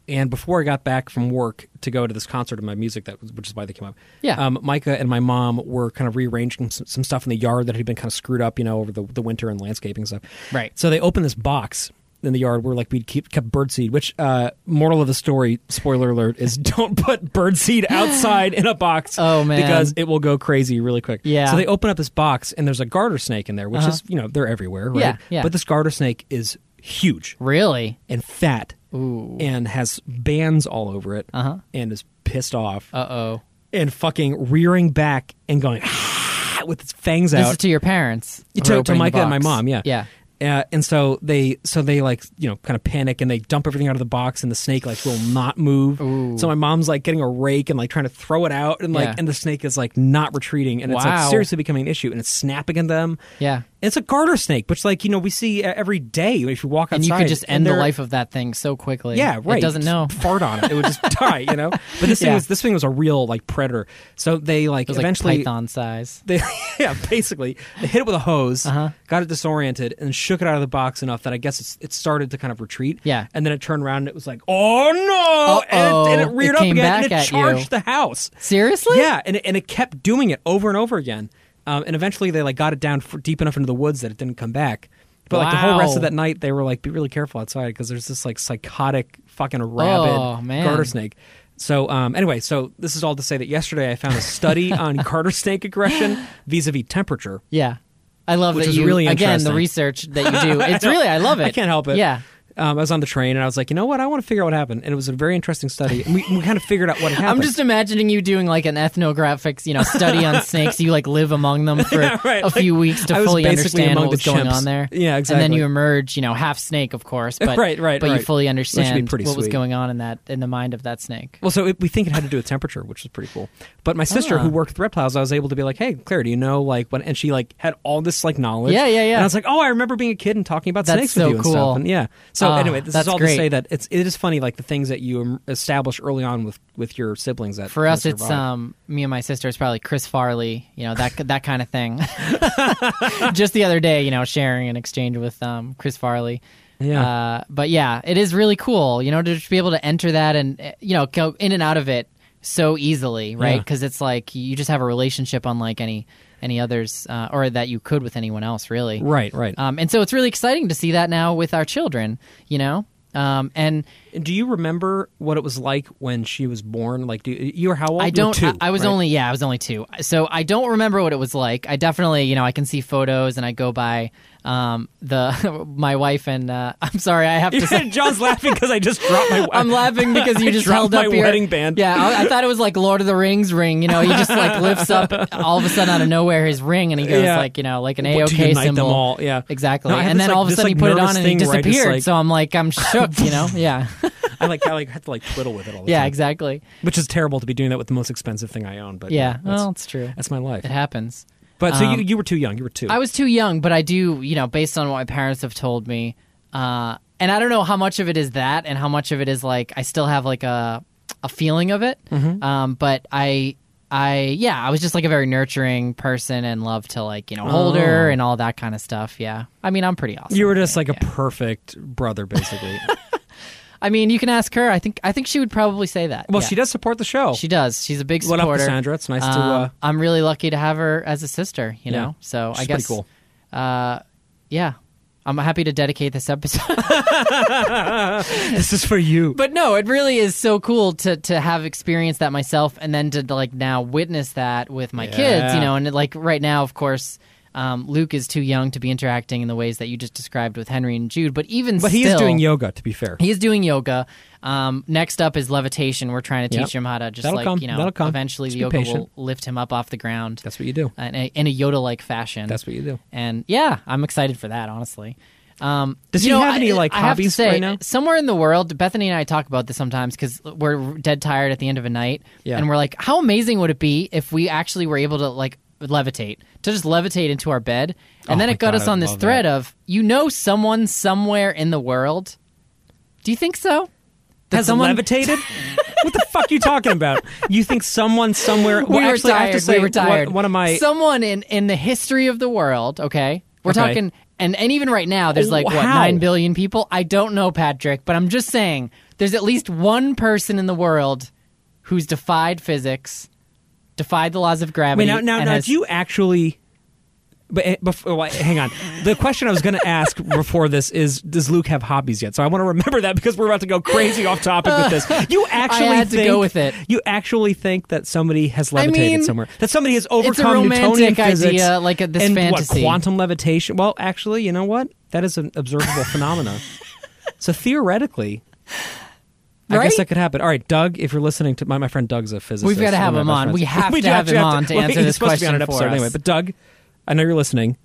Speaker 2: and before I got back from work to go to this concert of my music that was, which is why they came up.
Speaker 1: Yeah.
Speaker 2: um, Micah and my mom were kind of rearranging some, some stuff in the yard that had been kind of screwed up, you know, over the the winter and landscaping stuff.
Speaker 1: Right.
Speaker 2: So they opened this box. In the yard, where like we'd keep kept birdseed. Which uh, moral of the story, spoiler alert, is don't put birdseed outside in a box.
Speaker 1: Oh, man.
Speaker 2: because it will go crazy really quick.
Speaker 1: Yeah. Uh-huh.
Speaker 2: So they open up this box and there's a garter snake in there, which is you know they're everywhere, right?
Speaker 1: Yeah, yeah.
Speaker 2: But this garter snake is huge
Speaker 1: really
Speaker 2: and fat
Speaker 1: Ooh.
Speaker 2: and has bands all over it
Speaker 1: Uh-huh.
Speaker 2: and is pissed off
Speaker 1: uh-oh
Speaker 2: and fucking rearing back and going "Ah," with its fangs
Speaker 1: this
Speaker 2: out
Speaker 1: is to your parents for
Speaker 2: to, to
Speaker 1: opening the
Speaker 2: Micah and my
Speaker 1: box.
Speaker 2: mom, yeah,
Speaker 1: yeah
Speaker 2: Uh, and so they, so they like, you know, kind of panic and they dump everything out of the box, and the snake like will not move.
Speaker 1: Ooh.
Speaker 2: So my mom's like getting a rake and like trying to throw it out, and like,
Speaker 1: Yeah.
Speaker 2: and the snake is like not retreating, and it's like
Speaker 1: Wow.
Speaker 2: seriously becoming an issue, and it's snapping at them.
Speaker 1: yeah
Speaker 2: It's a garter snake, which like you know we see uh, every day if you walk outside.
Speaker 1: and you could just
Speaker 2: and
Speaker 1: end the
Speaker 2: they're-
Speaker 1: life of that thing so quickly.
Speaker 2: yeah, right.
Speaker 1: It doesn't
Speaker 2: Just
Speaker 1: know.
Speaker 2: Fart on it. It would just die, you know. But this thing
Speaker 1: Yeah.
Speaker 2: was this thing was a real like predator. So they like
Speaker 1: It was
Speaker 2: eventually
Speaker 1: like python size.
Speaker 2: they yeah basically they hit it with a hose
Speaker 1: Uh-huh.
Speaker 2: got it disoriented and shook it out of the box enough that i guess it's, it started to kind of retreat
Speaker 1: Yeah.
Speaker 2: and then it turned around and it was like oh no and it, and
Speaker 1: Uh-oh.
Speaker 2: it reared
Speaker 1: It
Speaker 2: up
Speaker 1: came
Speaker 2: again
Speaker 1: back
Speaker 2: and it
Speaker 1: at you.
Speaker 2: charged the house
Speaker 1: Seriously?
Speaker 2: yeah and, it- and it kept doing it over and over again um, and eventually they like got it down f deep enough into the woods that it didn't come back but like the whole rest
Speaker 1: Wow.
Speaker 2: of that night they were like be really careful outside because there's this like psychotic fucking rabid
Speaker 1: Oh, man.
Speaker 2: garter snake so um, anyway, so this is all to say that yesterday I found a study on garter snake aggression vis-a-vis temperature,
Speaker 1: Yeah. I love
Speaker 2: Which
Speaker 1: that
Speaker 2: is
Speaker 1: you
Speaker 2: really
Speaker 1: again the
Speaker 2: interesting.
Speaker 1: research that you do. It's really I love it.
Speaker 2: I can't help it.
Speaker 1: Yeah.
Speaker 2: Um, I was on the train and I was like, you know what? I want to figure out what happened. And it was a very interesting study. And we, we kind of figured out what had happened.
Speaker 1: I'm just imagining you doing like an ethnographic, you know, study on snakes. You like live among them for
Speaker 2: right,
Speaker 1: a few weeks to
Speaker 2: I was
Speaker 1: fully
Speaker 2: basically
Speaker 1: understand
Speaker 2: among
Speaker 1: what
Speaker 2: the
Speaker 1: was going
Speaker 2: chimps.
Speaker 1: on there.
Speaker 2: Yeah,
Speaker 1: And
Speaker 2: exactly.
Speaker 1: then you emerge, you know, half snake, of course, but
Speaker 2: Right, right,
Speaker 1: but you
Speaker 2: right.
Speaker 1: fully
Speaker 2: Which would be
Speaker 1: understand what
Speaker 2: pretty
Speaker 1: was
Speaker 2: sweet.
Speaker 1: going on in that in the mind of that snake.
Speaker 2: well, so it, we think it had to do with temperature, which is pretty cool. But my sister,
Speaker 1: Ah.
Speaker 2: who worked with reptiles, I was able to be like, "Hey, Claire, do you know like when?" And she like had all this like knowledge.
Speaker 1: Yeah, yeah, yeah.
Speaker 2: And I was like, "Oh, I remember being a kid and talking about
Speaker 1: That's
Speaker 2: snakes
Speaker 1: so
Speaker 2: with you and
Speaker 1: cool.
Speaker 2: stuff." And yeah. So
Speaker 1: Ah,
Speaker 2: anyway, this
Speaker 1: that's
Speaker 2: is all
Speaker 1: great.
Speaker 2: to say that it's it is funny like the things that you em- establish early on with with your siblings. That
Speaker 1: For
Speaker 2: kinda
Speaker 1: us, it's
Speaker 2: survive.
Speaker 1: um, me and my sister. It's probably Chris Farley, you know that that kind of thing. Just the other day, you know, sharing an exchange with um, Chris Farley.
Speaker 2: Yeah.
Speaker 1: Uh, but yeah, it is really cool, you know, to just be able to enter that and eh, you know go in and out of it so easily, right?
Speaker 2: Yeah.
Speaker 1: Because it's like you just have a relationship unlike any any others uh, or that you could with anyone else, really.
Speaker 2: right, right.
Speaker 1: Um, and so it's really exciting to see that now with our children, you know? Um, and
Speaker 2: And do you remember what it was like when she was born? Like, do you were how old?
Speaker 1: I
Speaker 2: You were
Speaker 1: don't.
Speaker 2: two,
Speaker 1: I, I was
Speaker 2: right?
Speaker 1: only yeah, I was only two, so I don't remember what it was like. I definitely, you know, I can see photos and I go by um, the my wife and uh, I'm sorry, I have to. say
Speaker 2: John's laughing because I just dropped my.
Speaker 1: I'm laughing because you
Speaker 2: I
Speaker 1: just held
Speaker 2: dropped
Speaker 1: up
Speaker 2: my
Speaker 1: your
Speaker 2: wedding band.
Speaker 1: Yeah, I, I thought it was like Lord of the Rings ring. You know, he just like lifts up all of a sudden out of nowhere his ring, and he goes
Speaker 2: Yeah.
Speaker 1: like you know like an
Speaker 2: Well,
Speaker 1: AOK
Speaker 2: to unite
Speaker 1: symbol.
Speaker 2: them all. Yeah,
Speaker 1: Exactly,
Speaker 2: No, I had
Speaker 1: and
Speaker 2: this,
Speaker 1: then
Speaker 2: like-
Speaker 1: all of a
Speaker 2: this,
Speaker 1: sudden
Speaker 2: like,
Speaker 1: he put it
Speaker 2: nervous
Speaker 1: on and he
Speaker 2: thing where I just,
Speaker 1: disappeared.
Speaker 2: like-
Speaker 1: so I'm like, I'm shook, you know? Yeah,
Speaker 2: I like I like had to like twiddle with it all the
Speaker 1: yeah,
Speaker 2: time,
Speaker 1: exactly.
Speaker 2: which is terrible to be doing that with the most expensive thing I own. But
Speaker 1: Yeah,
Speaker 2: that's,
Speaker 1: well, it's true.
Speaker 2: that's my life.
Speaker 1: It happens.
Speaker 2: But so
Speaker 1: Um,
Speaker 2: you you were too young. You were two.
Speaker 1: I was too young, but I do, you know, based on what my parents have told me, uh, and I don't know how much of it is that, and how much of it is like I still have like a a feeling of it.
Speaker 2: Mm-hmm.
Speaker 1: Um, but I, I, yeah, I was just like a very nurturing person and loved to like you know hold her
Speaker 2: Oh.
Speaker 1: and all that kind of stuff. Yeah, I mean, I'm pretty awesome.
Speaker 2: you were just like a perfect brother, basically.
Speaker 1: I mean, you can ask her. I think I think she would probably say that.
Speaker 2: well,
Speaker 1: Yeah.
Speaker 2: she does support the show.
Speaker 1: She does. She's a big
Speaker 2: What
Speaker 1: supporter.
Speaker 2: up, Cassandra? It's nice to,
Speaker 1: Um,
Speaker 2: uh,
Speaker 1: I'm really lucky to have her as a sister. You
Speaker 2: Yeah.
Speaker 1: know, so I
Speaker 2: She's pretty
Speaker 1: guess
Speaker 2: cool.
Speaker 1: Uh, yeah, I'm happy to dedicate this episode.
Speaker 2: this is for you.
Speaker 1: but no, it really is so cool to to have experienced that myself, and then to like now witness that with my kids. You
Speaker 2: Yeah.
Speaker 1: know, and like right now, of course. Um, Luke is too young to be interacting in the ways that you just described with Henry and Jude, but even
Speaker 2: But he is
Speaker 1: still-
Speaker 2: doing yoga. To be fair,
Speaker 1: He is doing yoga. Um, next up is levitation. We're trying to
Speaker 2: Yep.
Speaker 1: teach him how to just
Speaker 2: That'll
Speaker 1: like
Speaker 2: come.
Speaker 1: you know.
Speaker 2: That'll come.
Speaker 1: Eventually,
Speaker 2: Just
Speaker 1: the
Speaker 2: be
Speaker 1: yoga
Speaker 2: patient.
Speaker 1: will lift him up off the ground
Speaker 2: that's what you do.
Speaker 1: in a, in a Yoda like fashion.
Speaker 2: That's what you do.
Speaker 1: and yeah, I'm excited for that. Honestly, um,
Speaker 2: Does
Speaker 1: you
Speaker 2: he
Speaker 1: know,
Speaker 2: have
Speaker 1: I-
Speaker 2: any, like,
Speaker 1: I have to
Speaker 2: hobbies
Speaker 1: say,
Speaker 2: right now?
Speaker 1: Somewhere in the world, Bethany and I talk about this sometimes because we're dead tired at the end of a night,
Speaker 2: Yeah.
Speaker 1: and we're like, how amazing would it be if we actually were able to like levitate to just levitate into our bed, and
Speaker 2: Oh
Speaker 1: then
Speaker 2: my
Speaker 1: it got
Speaker 2: God,
Speaker 1: us
Speaker 2: I
Speaker 1: on
Speaker 2: would
Speaker 1: this
Speaker 2: love
Speaker 1: thread of you know someone somewhere in the world. Do you think so? That
Speaker 2: Has
Speaker 1: someone-
Speaker 2: levitated? what the fuck you talking about? You think someone somewhere?
Speaker 1: we
Speaker 2: well,
Speaker 1: were
Speaker 2: actually,
Speaker 1: tired.
Speaker 2: I have to say,
Speaker 1: we were tired.
Speaker 2: One, one of my
Speaker 1: someone in in the history of the world. Okay, we're
Speaker 2: Okay.
Speaker 1: talking, and and even right now, there's like what
Speaker 2: How?
Speaker 1: nine billion people. I don't know, Patrick, but I'm just saying, there's at least one person in the world who's defied physics, defied the laws of
Speaker 2: Wait,
Speaker 1: gravity.
Speaker 2: now, now,
Speaker 1: and
Speaker 2: now
Speaker 1: has-
Speaker 2: do you actually? But eh, before, well, hang on. The question I was going to ask before this is: Does Luke have hobbies yet? So I want to remember that because we're about to go crazy off topic with this. You actually
Speaker 1: Uh, had to
Speaker 2: think,
Speaker 1: go with it.
Speaker 2: You actually think that somebody has levitated
Speaker 1: mean,
Speaker 2: somewhere? That somebody has
Speaker 1: it's a
Speaker 2: overcome Newtonian
Speaker 1: romantic
Speaker 2: physics
Speaker 1: idea, like a, this
Speaker 2: and
Speaker 1: fantasy.
Speaker 2: what quantum levitation? Well, actually, you know what? That is an observable phenomena. So theoretically. I guess
Speaker 1: Right?
Speaker 2: that could happen. All right, Doug, if you're listening to my, my friend Doug's a physicist.
Speaker 1: gotta have
Speaker 2: one of
Speaker 1: him
Speaker 2: my best
Speaker 1: on.
Speaker 2: friends.
Speaker 1: We have to
Speaker 2: do
Speaker 1: have him on to
Speaker 2: well,
Speaker 1: answer
Speaker 2: he's
Speaker 1: this
Speaker 2: supposed to be on an
Speaker 1: question for
Speaker 2: episode anyway.
Speaker 1: us.
Speaker 2: But Doug, I know you're listening.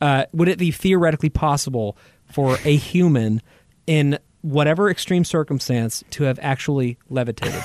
Speaker 2: Uh, would it be theoretically possible for a human in whatever extreme circumstance to have actually levitated?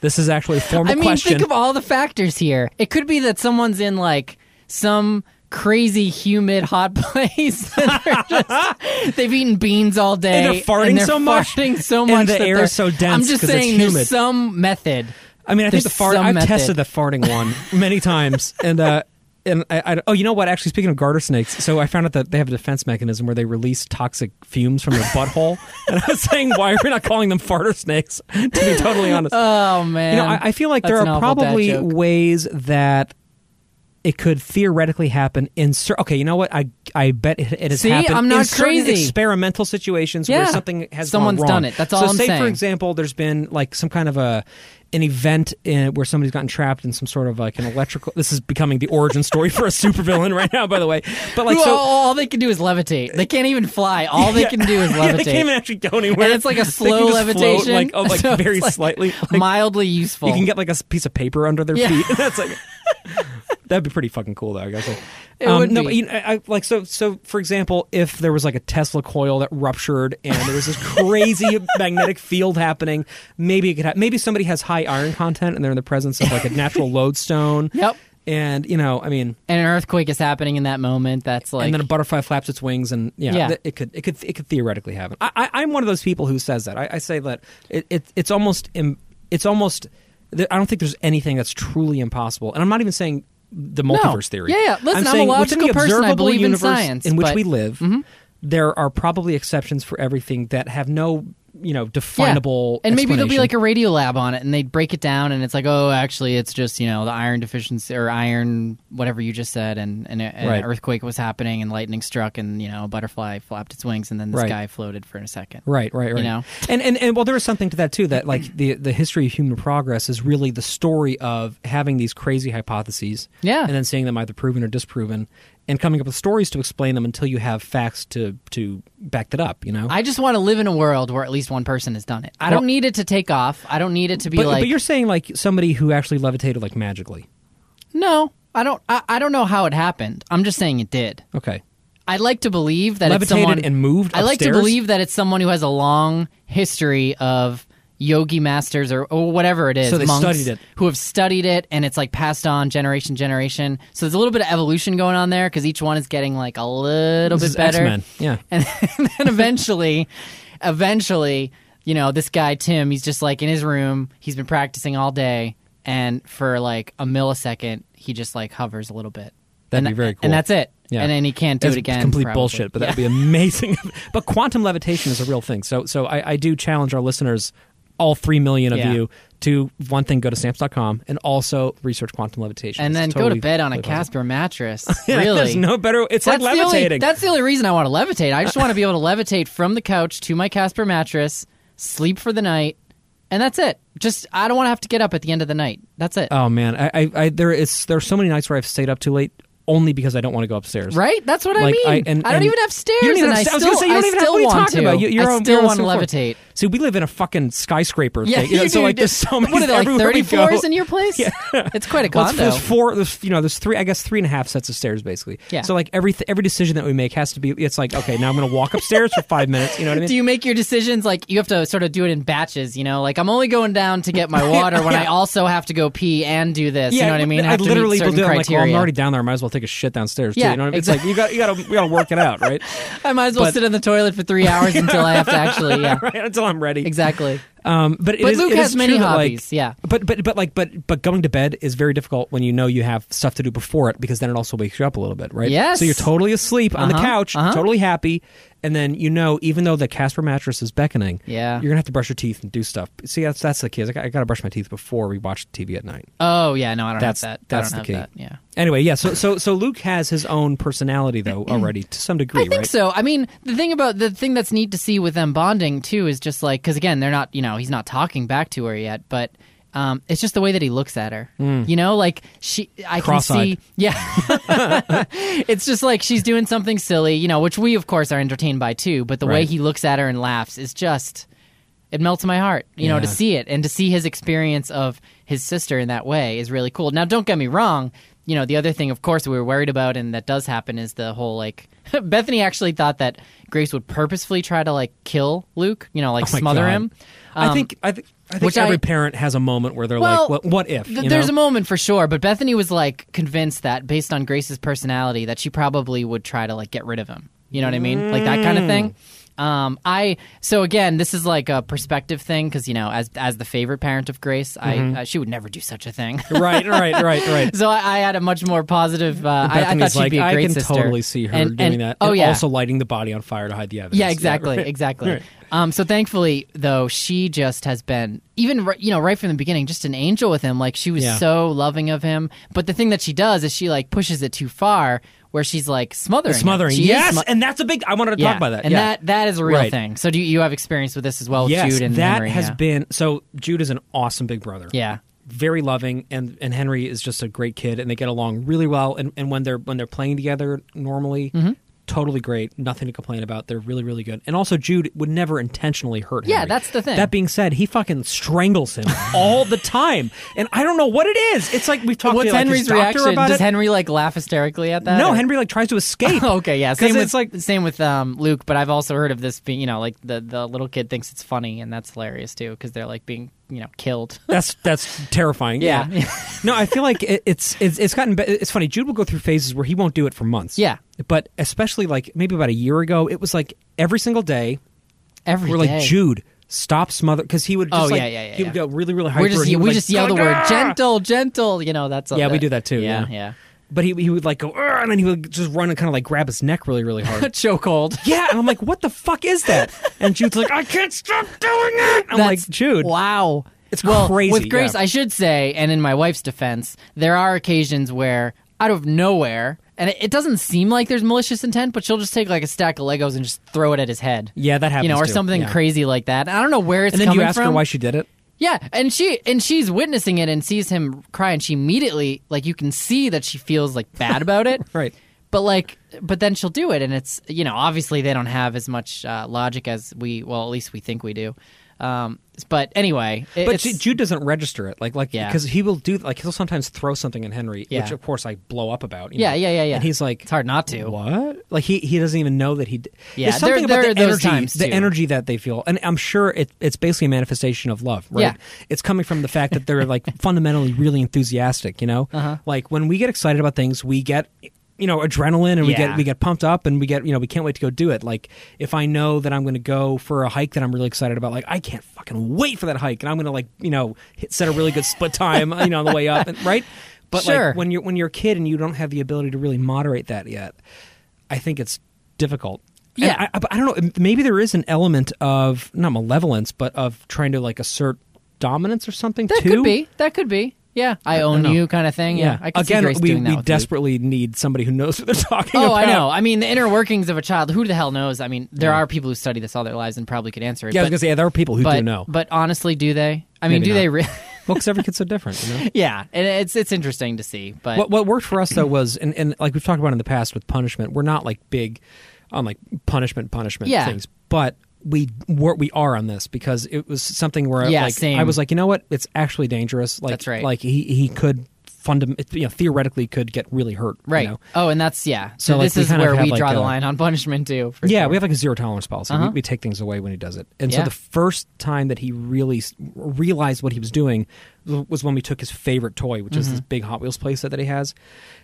Speaker 2: this is actually a formal
Speaker 1: I mean,
Speaker 2: question.
Speaker 1: think of all the factors here. It could be that someone's in like some crazy, humid, hot place. and they're just, they've eaten beans all day.
Speaker 2: And they're farting
Speaker 1: and they're
Speaker 2: so much,
Speaker 1: farting so
Speaker 2: and
Speaker 1: much.
Speaker 2: the
Speaker 1: that
Speaker 2: air
Speaker 1: they're-
Speaker 2: is so dense
Speaker 1: I'm just
Speaker 2: 'cause it's
Speaker 1: saying,
Speaker 2: humid.
Speaker 1: there's some method.
Speaker 2: I mean, I
Speaker 1: There's
Speaker 2: think the fart.
Speaker 1: some
Speaker 2: I've
Speaker 1: method.
Speaker 2: tested the farting one many times, and uh, and I, I oh, you know what? Actually, speaking of garter snakes, so I found out that they have a defense mechanism where they release toxic fumes from their butthole. and I was saying, why are we not calling them farter snakes? To be totally honest,
Speaker 1: Oh man,
Speaker 2: you know, I, I feel like
Speaker 1: That's
Speaker 2: there
Speaker 1: an
Speaker 2: are
Speaker 1: awful dad
Speaker 2: probably
Speaker 1: joke.
Speaker 2: ways that it could theoretically happen in cer- okay you know what i i bet it, it has
Speaker 1: See?
Speaker 2: happened
Speaker 1: I'm
Speaker 2: in
Speaker 1: not
Speaker 2: certain
Speaker 1: crazy.
Speaker 2: experimental situations
Speaker 1: Yeah.
Speaker 2: where something has gone
Speaker 1: Someone's
Speaker 2: wrong.
Speaker 1: done it. That's all
Speaker 2: so
Speaker 1: I'm
Speaker 2: say
Speaker 1: saying.
Speaker 2: for example there's been like some kind of a an event in, where somebody's gotten trapped in some sort of like an electrical this is becoming the origin story for a supervillain right now by the way but like
Speaker 1: Who- all,
Speaker 2: so
Speaker 1: all they can do is levitate. They can't even fly. All they
Speaker 2: Yeah.
Speaker 1: can do is
Speaker 2: Yeah,
Speaker 1: levitate.
Speaker 2: they can't even actually go anywhere.
Speaker 1: And it's like a
Speaker 2: They can
Speaker 1: slow
Speaker 2: just float,
Speaker 1: levitation,
Speaker 2: like, oh, like
Speaker 1: so it's
Speaker 2: very
Speaker 1: like
Speaker 2: slightly. Like,
Speaker 1: mildly useful.
Speaker 2: you can get like a s- piece of paper under their
Speaker 1: Yeah.
Speaker 2: feet. That's like that'd be pretty fucking cool, though. I guess. Um,
Speaker 1: It would
Speaker 2: no,
Speaker 1: be.
Speaker 2: but you know, I, I- like so. So, for example, if there was like a Tesla coil that ruptured and there was this crazy magnetic field happening, maybe it could. Ha- maybe somebody has high iron content and they're in the presence of like a natural lodestone.
Speaker 1: Yep.
Speaker 2: And you know, I mean,
Speaker 1: and an earthquake is happening in that moment. That's like
Speaker 2: and then a butterfly flaps its wings, and yeah,
Speaker 1: Yeah.
Speaker 2: th- it could it could it could theoretically happen. I, I, I'm one of those people who says that. I, I say that it, it it's almost Im, it's almost. th- I don't think there's anything that's truly impossible, and I'm not even saying the multiverse theory.
Speaker 1: Yeah, yeah. Listen, I'm a
Speaker 2: saying
Speaker 1: logical
Speaker 2: within the
Speaker 1: person. I
Speaker 2: observable
Speaker 1: believe in
Speaker 2: universe
Speaker 1: science,
Speaker 2: in which
Speaker 1: but- Mm-hmm.
Speaker 2: we live. There are probably exceptions for everything that have no you know definable
Speaker 1: And maybe there'll be
Speaker 2: explanation.
Speaker 1: like a radio lab on it and they break it down and it's like, oh, actually, it's just, you know, the iron deficiency or iron, whatever you just said, and, and a, an
Speaker 2: Right.
Speaker 1: earthquake was happening and lightning struck and, you know, a butterfly flapped its wings and then the
Speaker 2: Right.
Speaker 1: sky floated for a second.
Speaker 2: Right, right, right.
Speaker 1: know?
Speaker 2: And and and well, there is something to that too. That like the the history of human progress is really the story of having these crazy hypotheses,
Speaker 1: Yeah.
Speaker 2: and then seeing them either proven or disproven, and coming up with stories to explain them until you have facts to to back that up. You know,
Speaker 1: I just want to live in a world where at least one person has done it. I
Speaker 2: Well-
Speaker 1: don't need it to take off. I don't need it to be
Speaker 2: but
Speaker 1: like,
Speaker 2: but you're saying like somebody who actually levitated like magically.
Speaker 1: no, I don't, I, I don't know how it happened. I'm just saying it did.
Speaker 2: Okay,
Speaker 1: I'd like to believe that it's
Speaker 2: Levitated
Speaker 1: someone
Speaker 2: and moved
Speaker 1: I like to
Speaker 2: upstairs?
Speaker 1: believe that it's someone who has a long history of yogi masters or, or whatever it is.
Speaker 2: So they
Speaker 1: monks
Speaker 2: studied it.
Speaker 1: Who have studied it, and it's like passed on generation generation. So there's a little bit of evolution going on there because each one is getting like a little
Speaker 2: This
Speaker 1: bit
Speaker 2: is
Speaker 1: better.
Speaker 2: X-Men. Yeah.
Speaker 1: and then eventually, eventually, you know, this guy Tim, he's just like in his room. He's been practicing all day, and for like a millisecond, he just like hovers a little bit.
Speaker 2: That'd
Speaker 1: And
Speaker 2: be very
Speaker 1: tha-
Speaker 2: cool.
Speaker 1: And that's it.
Speaker 2: Yeah.
Speaker 1: And then he can't do
Speaker 2: That's
Speaker 1: it again.
Speaker 2: Complete
Speaker 1: probably.
Speaker 2: bullshit, but that'd be amazing. but quantum levitation is a real thing. So so I, I do challenge our listeners, all three million of
Speaker 1: Yeah.
Speaker 2: you, to one thing go to stamps.com and also research quantum levitation.
Speaker 1: and
Speaker 2: It's
Speaker 1: then go
Speaker 2: totally-
Speaker 1: to bed on a
Speaker 2: totally possible.
Speaker 1: Casper mattress.
Speaker 2: Yeah,
Speaker 1: really?
Speaker 2: There's no better it's
Speaker 1: that's
Speaker 2: like
Speaker 1: the only,
Speaker 2: levitating.
Speaker 1: that's the only reason I want to levitate. I just want to be able to levitate from the couch to my Casper mattress, sleep for the night, and that's it. Just I don't want to have to get up at the end of the night. That's it.
Speaker 2: oh man. I, I, I there is there are so many nights where I've stayed up too late only because I don't want to go upstairs.
Speaker 1: Right? That's what
Speaker 2: Like,
Speaker 1: I mean. I,
Speaker 2: and-
Speaker 1: don't
Speaker 2: and-
Speaker 1: even have stairs,
Speaker 2: You don't even
Speaker 1: and
Speaker 2: have
Speaker 1: I
Speaker 2: sta-
Speaker 1: still,
Speaker 2: I was gonna say you
Speaker 1: I
Speaker 2: don't even have.
Speaker 1: still
Speaker 2: What are you
Speaker 1: want
Speaker 2: talking
Speaker 1: to.
Speaker 2: about? You- You're
Speaker 1: I
Speaker 2: on-
Speaker 1: still
Speaker 2: you're on
Speaker 1: want to
Speaker 2: the fourth
Speaker 1: levitate.
Speaker 2: floor. See, we live in a fucking skyscraper
Speaker 1: Yeah,
Speaker 2: thing. You know,
Speaker 1: you
Speaker 2: so
Speaker 1: do.
Speaker 2: like, there's so many.
Speaker 1: What are there, like
Speaker 2: everywhere
Speaker 1: 30
Speaker 2: we
Speaker 1: floors
Speaker 2: go.
Speaker 1: in your place? It's quite a
Speaker 2: Well,
Speaker 1: condo.
Speaker 2: it's- there's four. There's you know there's three. I guess three and a half sets of stairs basically.
Speaker 1: Yeah.
Speaker 2: So like every every decision that we make has to be. It's like okay, now I'm going to walk upstairs for five minutes. You know what I mean?
Speaker 1: do you make your decisions like you have to sort of do it in batches you know like i'm only going down to get my water when i also have to go pee and do this you know what i mean
Speaker 2: I
Speaker 1: have to meet
Speaker 2: literally will
Speaker 1: certain
Speaker 2: do. it. I'm like, well,
Speaker 1: criteria
Speaker 2: I'm already down there. I might as well take a shit downstairs. too.
Speaker 1: Yeah,
Speaker 2: You know what I mean? It's like you got you got to you got to work it out, right?
Speaker 1: I might as well
Speaker 2: but-
Speaker 1: sit in the toilet for three hours until i have to actually yeah
Speaker 2: right until I'm ready.
Speaker 1: exactly
Speaker 2: Um, but it
Speaker 1: But
Speaker 2: is-
Speaker 1: Luke
Speaker 2: it is
Speaker 1: has many
Speaker 2: true that,
Speaker 1: hobbies,
Speaker 2: Like,
Speaker 1: yeah.
Speaker 2: But but but like but but going to bed is very difficult when you know you have stuff to do before it because then it also wakes you up a little bit, right?
Speaker 1: Yes.
Speaker 2: So you're totally asleep on the
Speaker 1: Uh-huh,
Speaker 2: couch,
Speaker 1: uh-huh.
Speaker 2: totally happy, and then you know even though the Casper mattress is beckoning,
Speaker 1: Yeah.
Speaker 2: you're gonna have to brush your teeth and do stuff. See, that's that's the key. is I got, I got to brush my teeth before we watch TV at night.
Speaker 1: oh yeah no i don't
Speaker 2: That's
Speaker 1: have that
Speaker 2: that's
Speaker 1: I don't
Speaker 2: the
Speaker 1: have
Speaker 2: key.
Speaker 1: that. yeah
Speaker 2: Anyway, yeah. So so so Luke has his own personality though already to some degree,
Speaker 1: I think
Speaker 2: right?
Speaker 1: so. I mean, the thing about the thing that's neat to see with them bonding too is just like because again, they're not you know he's not talking back to her yet, but um, it's just the way that he looks at her. You know, like she, I can
Speaker 2: Mm. Cross-eyed.
Speaker 1: see, yeah. it's just like she's doing something silly, you know, which we of course are entertained by too. But the way
Speaker 2: Right.
Speaker 1: he looks at her and laughs is just it melts my heart, you know, to
Speaker 2: Yeah.
Speaker 1: see it and to see his experience of his sister in that way is really cool. Now, don't get me wrong. You know, the other thing, of course, we were worried about and that does happen is the whole like Bethany actually thought that Grace would purposefully try to like kill Luke, you know, like
Speaker 2: Oh my
Speaker 1: smother
Speaker 2: God.
Speaker 1: him. Um,
Speaker 2: I think I think I think
Speaker 1: which I-
Speaker 2: every parent has a moment where they're
Speaker 1: Well,
Speaker 2: like, "What- "What if?"
Speaker 1: Th-
Speaker 2: you
Speaker 1: there's
Speaker 2: know?
Speaker 1: a moment for sure, but Bethany was like convinced that based on Grace's personality that she probably would try to like get rid of him. You know what I mean? Like that kind of thing. Um, I so again, this is like a perspective thing because you know, as as the favorite parent of Grace,
Speaker 2: Mm-hmm.
Speaker 1: I uh, she would never do such a thing.
Speaker 2: right, right, right, right.
Speaker 1: so I, I had a much more positive. Uh, I, I thought
Speaker 2: Bethany's
Speaker 1: she'd
Speaker 2: like,
Speaker 1: be a
Speaker 2: I
Speaker 1: great
Speaker 2: can
Speaker 1: sister.
Speaker 2: totally see her
Speaker 1: And-
Speaker 2: doing
Speaker 1: and-
Speaker 2: that.
Speaker 1: Oh
Speaker 2: and
Speaker 1: yeah,
Speaker 2: also lighting the body on fire to hide the evidence.
Speaker 1: yeah, exactly,
Speaker 2: right.
Speaker 1: exactly.
Speaker 2: Right.
Speaker 1: Um, so thankfully, though, she just has been even ri- you know right from the beginning just an angel with him. Like she was
Speaker 2: Yeah.
Speaker 1: so loving of him. But the thing that she does is she like pushes it too far, where she's like smothering, him.
Speaker 2: Smothering.
Speaker 1: She is
Speaker 2: yes,
Speaker 1: smo-
Speaker 2: and that's a big. I wanted to
Speaker 1: yeah.
Speaker 2: talk about that.
Speaker 1: and
Speaker 2: yeah.
Speaker 1: that that is a real
Speaker 2: Right.
Speaker 1: thing. So do you, you have experience with this as well, with
Speaker 2: yes,
Speaker 1: Jude and
Speaker 2: that
Speaker 1: Henry,
Speaker 2: has
Speaker 1: yeah.
Speaker 2: been so. Jude is an awesome big brother.
Speaker 1: Yeah.
Speaker 2: very loving, and and Henry is just a great kid, and they get along really well. And and when they're when they're playing together normally.
Speaker 1: Mm-hmm.
Speaker 2: Totally great, nothing to complain about. They're really, really good, and also Jude would never intentionally hurt.
Speaker 1: Yeah,
Speaker 2: Henry.
Speaker 1: that's the thing.
Speaker 2: That being said, he fucking strangles him all the time, and I don't know what it is. It's like we've talked
Speaker 1: What's
Speaker 2: to like, his
Speaker 1: Henry's
Speaker 2: doctor
Speaker 1: reaction?
Speaker 2: about
Speaker 1: Does uh,
Speaker 2: it.
Speaker 1: Henry like laugh hysterically at that?
Speaker 2: No,
Speaker 1: or-
Speaker 2: Henry like tries to escape.
Speaker 1: okay, yeah. Same
Speaker 2: because
Speaker 1: with,
Speaker 2: it's like
Speaker 1: same with um, Luke, but I've also heard of this being, you know, like the, the little kid thinks it's funny, and that's hilarious too because they're like being, you know, killed.
Speaker 2: that's that's terrifying.
Speaker 1: Yeah.
Speaker 2: Yeah. no, I feel like it, it's it's it's gotten be- it's funny. Jude will go through phases where he won't do it for months.
Speaker 1: Yeah.
Speaker 2: but especially like maybe about a year ago, it was like every single day
Speaker 1: Every
Speaker 2: we're
Speaker 1: day.
Speaker 2: like Jude. Stop smother because he would just
Speaker 1: Oh,
Speaker 2: like
Speaker 1: yeah, yeah, yeah,
Speaker 2: he would
Speaker 1: yeah.
Speaker 2: go really really hyper.
Speaker 1: We're just
Speaker 2: and he
Speaker 1: we
Speaker 2: would, like,
Speaker 1: just yell the
Speaker 2: "Gah!"
Speaker 1: word gentle, gentle. You know, that's all
Speaker 2: Yeah, we do that too,
Speaker 1: Yeah,
Speaker 2: yeah.
Speaker 1: yeah.
Speaker 2: But he he would like go "Argh," and then he would just run and kind of like grab his neck really really hard.
Speaker 1: chokehold.
Speaker 2: yeah, and I'm like, what the fuck is that? And Jude's like, I can't stop doing it. I'm
Speaker 1: That's-
Speaker 2: like, Jude,
Speaker 1: Wow.
Speaker 2: It's
Speaker 1: well,
Speaker 2: crazy,
Speaker 1: With Grace,
Speaker 2: yeah.
Speaker 1: I should say, and in my wife's defense, there are occasions where out of nowhere, and it, it doesn't seem like there's malicious intent, but she'll just take like a stack of Legos and just throw it at his head.
Speaker 2: Yeah, that
Speaker 1: You know,
Speaker 2: happens
Speaker 1: or
Speaker 2: too,
Speaker 1: something
Speaker 2: yeah.
Speaker 1: crazy like that. I don't know where it's
Speaker 2: And then you
Speaker 1: coming
Speaker 2: ask
Speaker 1: from.
Speaker 2: her why she did it.
Speaker 1: Yeah, and she and she's witnessing it and sees him cry, and she immediately like you can see that she feels like bad about it,
Speaker 2: Right.
Speaker 1: But like, but then she'll do it, and it's you know obviously they don't have as much uh, logic as we well at least we think we do. Um, but anyway, it-
Speaker 2: But
Speaker 1: it's,
Speaker 2: Ju- Jude doesn't register it, like like
Speaker 1: Yeah.
Speaker 2: because he will do like he'll sometimes throw something in Henry,
Speaker 1: Yeah.
Speaker 2: which of course I blow up about. you
Speaker 1: Yeah,
Speaker 2: know.
Speaker 1: yeah, yeah, yeah.
Speaker 2: And he's like,
Speaker 1: it's hard not to.
Speaker 2: what? Like he he doesn't even know that he. D-
Speaker 1: Yeah,
Speaker 2: There's something
Speaker 1: there- there
Speaker 2: about the
Speaker 1: are those
Speaker 2: energy,
Speaker 1: times,
Speaker 2: the
Speaker 1: too.
Speaker 2: energy that they feel, and I'm sure it, it's basically a manifestation of love, right?
Speaker 1: Yeah.
Speaker 2: It's coming from the fact that they're like fundamentally really enthusiastic, you know. Uh-huh. Like when we get excited about things, we get you know adrenaline and we
Speaker 1: Yeah.
Speaker 2: get we get pumped up and we get you know we can't wait to go do it like if i know that i'm going to go for a hike that i'm really excited about like i can't fucking wait for that hike and i'm going to like you know hit, set a really good split time you know on the way up and, right but
Speaker 1: Sure.
Speaker 2: like when you're when you're a kid and you don't have the ability to really moderate that yet, I think it's difficult. And
Speaker 1: Yeah.
Speaker 2: I, I, I don't know. Maybe there is an element of not malevolence, but of trying to like assert dominance or something
Speaker 1: That
Speaker 2: too.
Speaker 1: could be. That could be. Yeah, I own
Speaker 2: know.
Speaker 1: you kind of thing. Yeah, I can
Speaker 2: Again,
Speaker 1: see Grace
Speaker 2: we
Speaker 1: doing that
Speaker 2: we
Speaker 1: with Luke.
Speaker 2: desperately need somebody who knows what they're talking
Speaker 1: Oh,
Speaker 2: about.
Speaker 1: I know. I mean, the inner workings of a child. Who the hell knows? I mean, there are people who study this all their lives and probably could answer it.
Speaker 2: Yeah, I was
Speaker 1: but-
Speaker 2: gonna say yeah, there are people who
Speaker 1: but,
Speaker 2: do know.
Speaker 1: But honestly, do they? I mean,
Speaker 2: Maybe
Speaker 1: do
Speaker 2: not.
Speaker 1: they really?
Speaker 2: well, because every kid's so different. You know?
Speaker 1: yeah, and it's it's interesting to see. But
Speaker 2: What what worked for us though was and, and like we've talked about in the past with punishment, we're not like big on like punishment punishment
Speaker 1: Yeah.
Speaker 2: things, but we were we are on this because it was something where
Speaker 1: Yeah,
Speaker 2: like
Speaker 1: same.
Speaker 2: I was like, you know what, it's actually dangerous. Like
Speaker 1: That's right.
Speaker 2: like he he could fundam you know theoretically could get really hurt. you
Speaker 1: right?
Speaker 2: know?
Speaker 1: Oh, and that's yeah. So,
Speaker 2: So, like,
Speaker 1: this
Speaker 2: we
Speaker 1: is
Speaker 2: kind of
Speaker 1: where
Speaker 2: have,
Speaker 1: we
Speaker 2: like,
Speaker 1: draw the
Speaker 2: a-
Speaker 1: line on punishment too. For sure.
Speaker 2: Yeah,
Speaker 1: Uh-huh.
Speaker 2: we have like a zero tolerance policy. We, we take things away when he does it. And
Speaker 1: Yeah.
Speaker 2: so the first time that he really s- realized what he was doing w- was when we took his favorite toy, which is this
Speaker 1: Mm-hmm.
Speaker 2: big Hot Wheels playset that he has.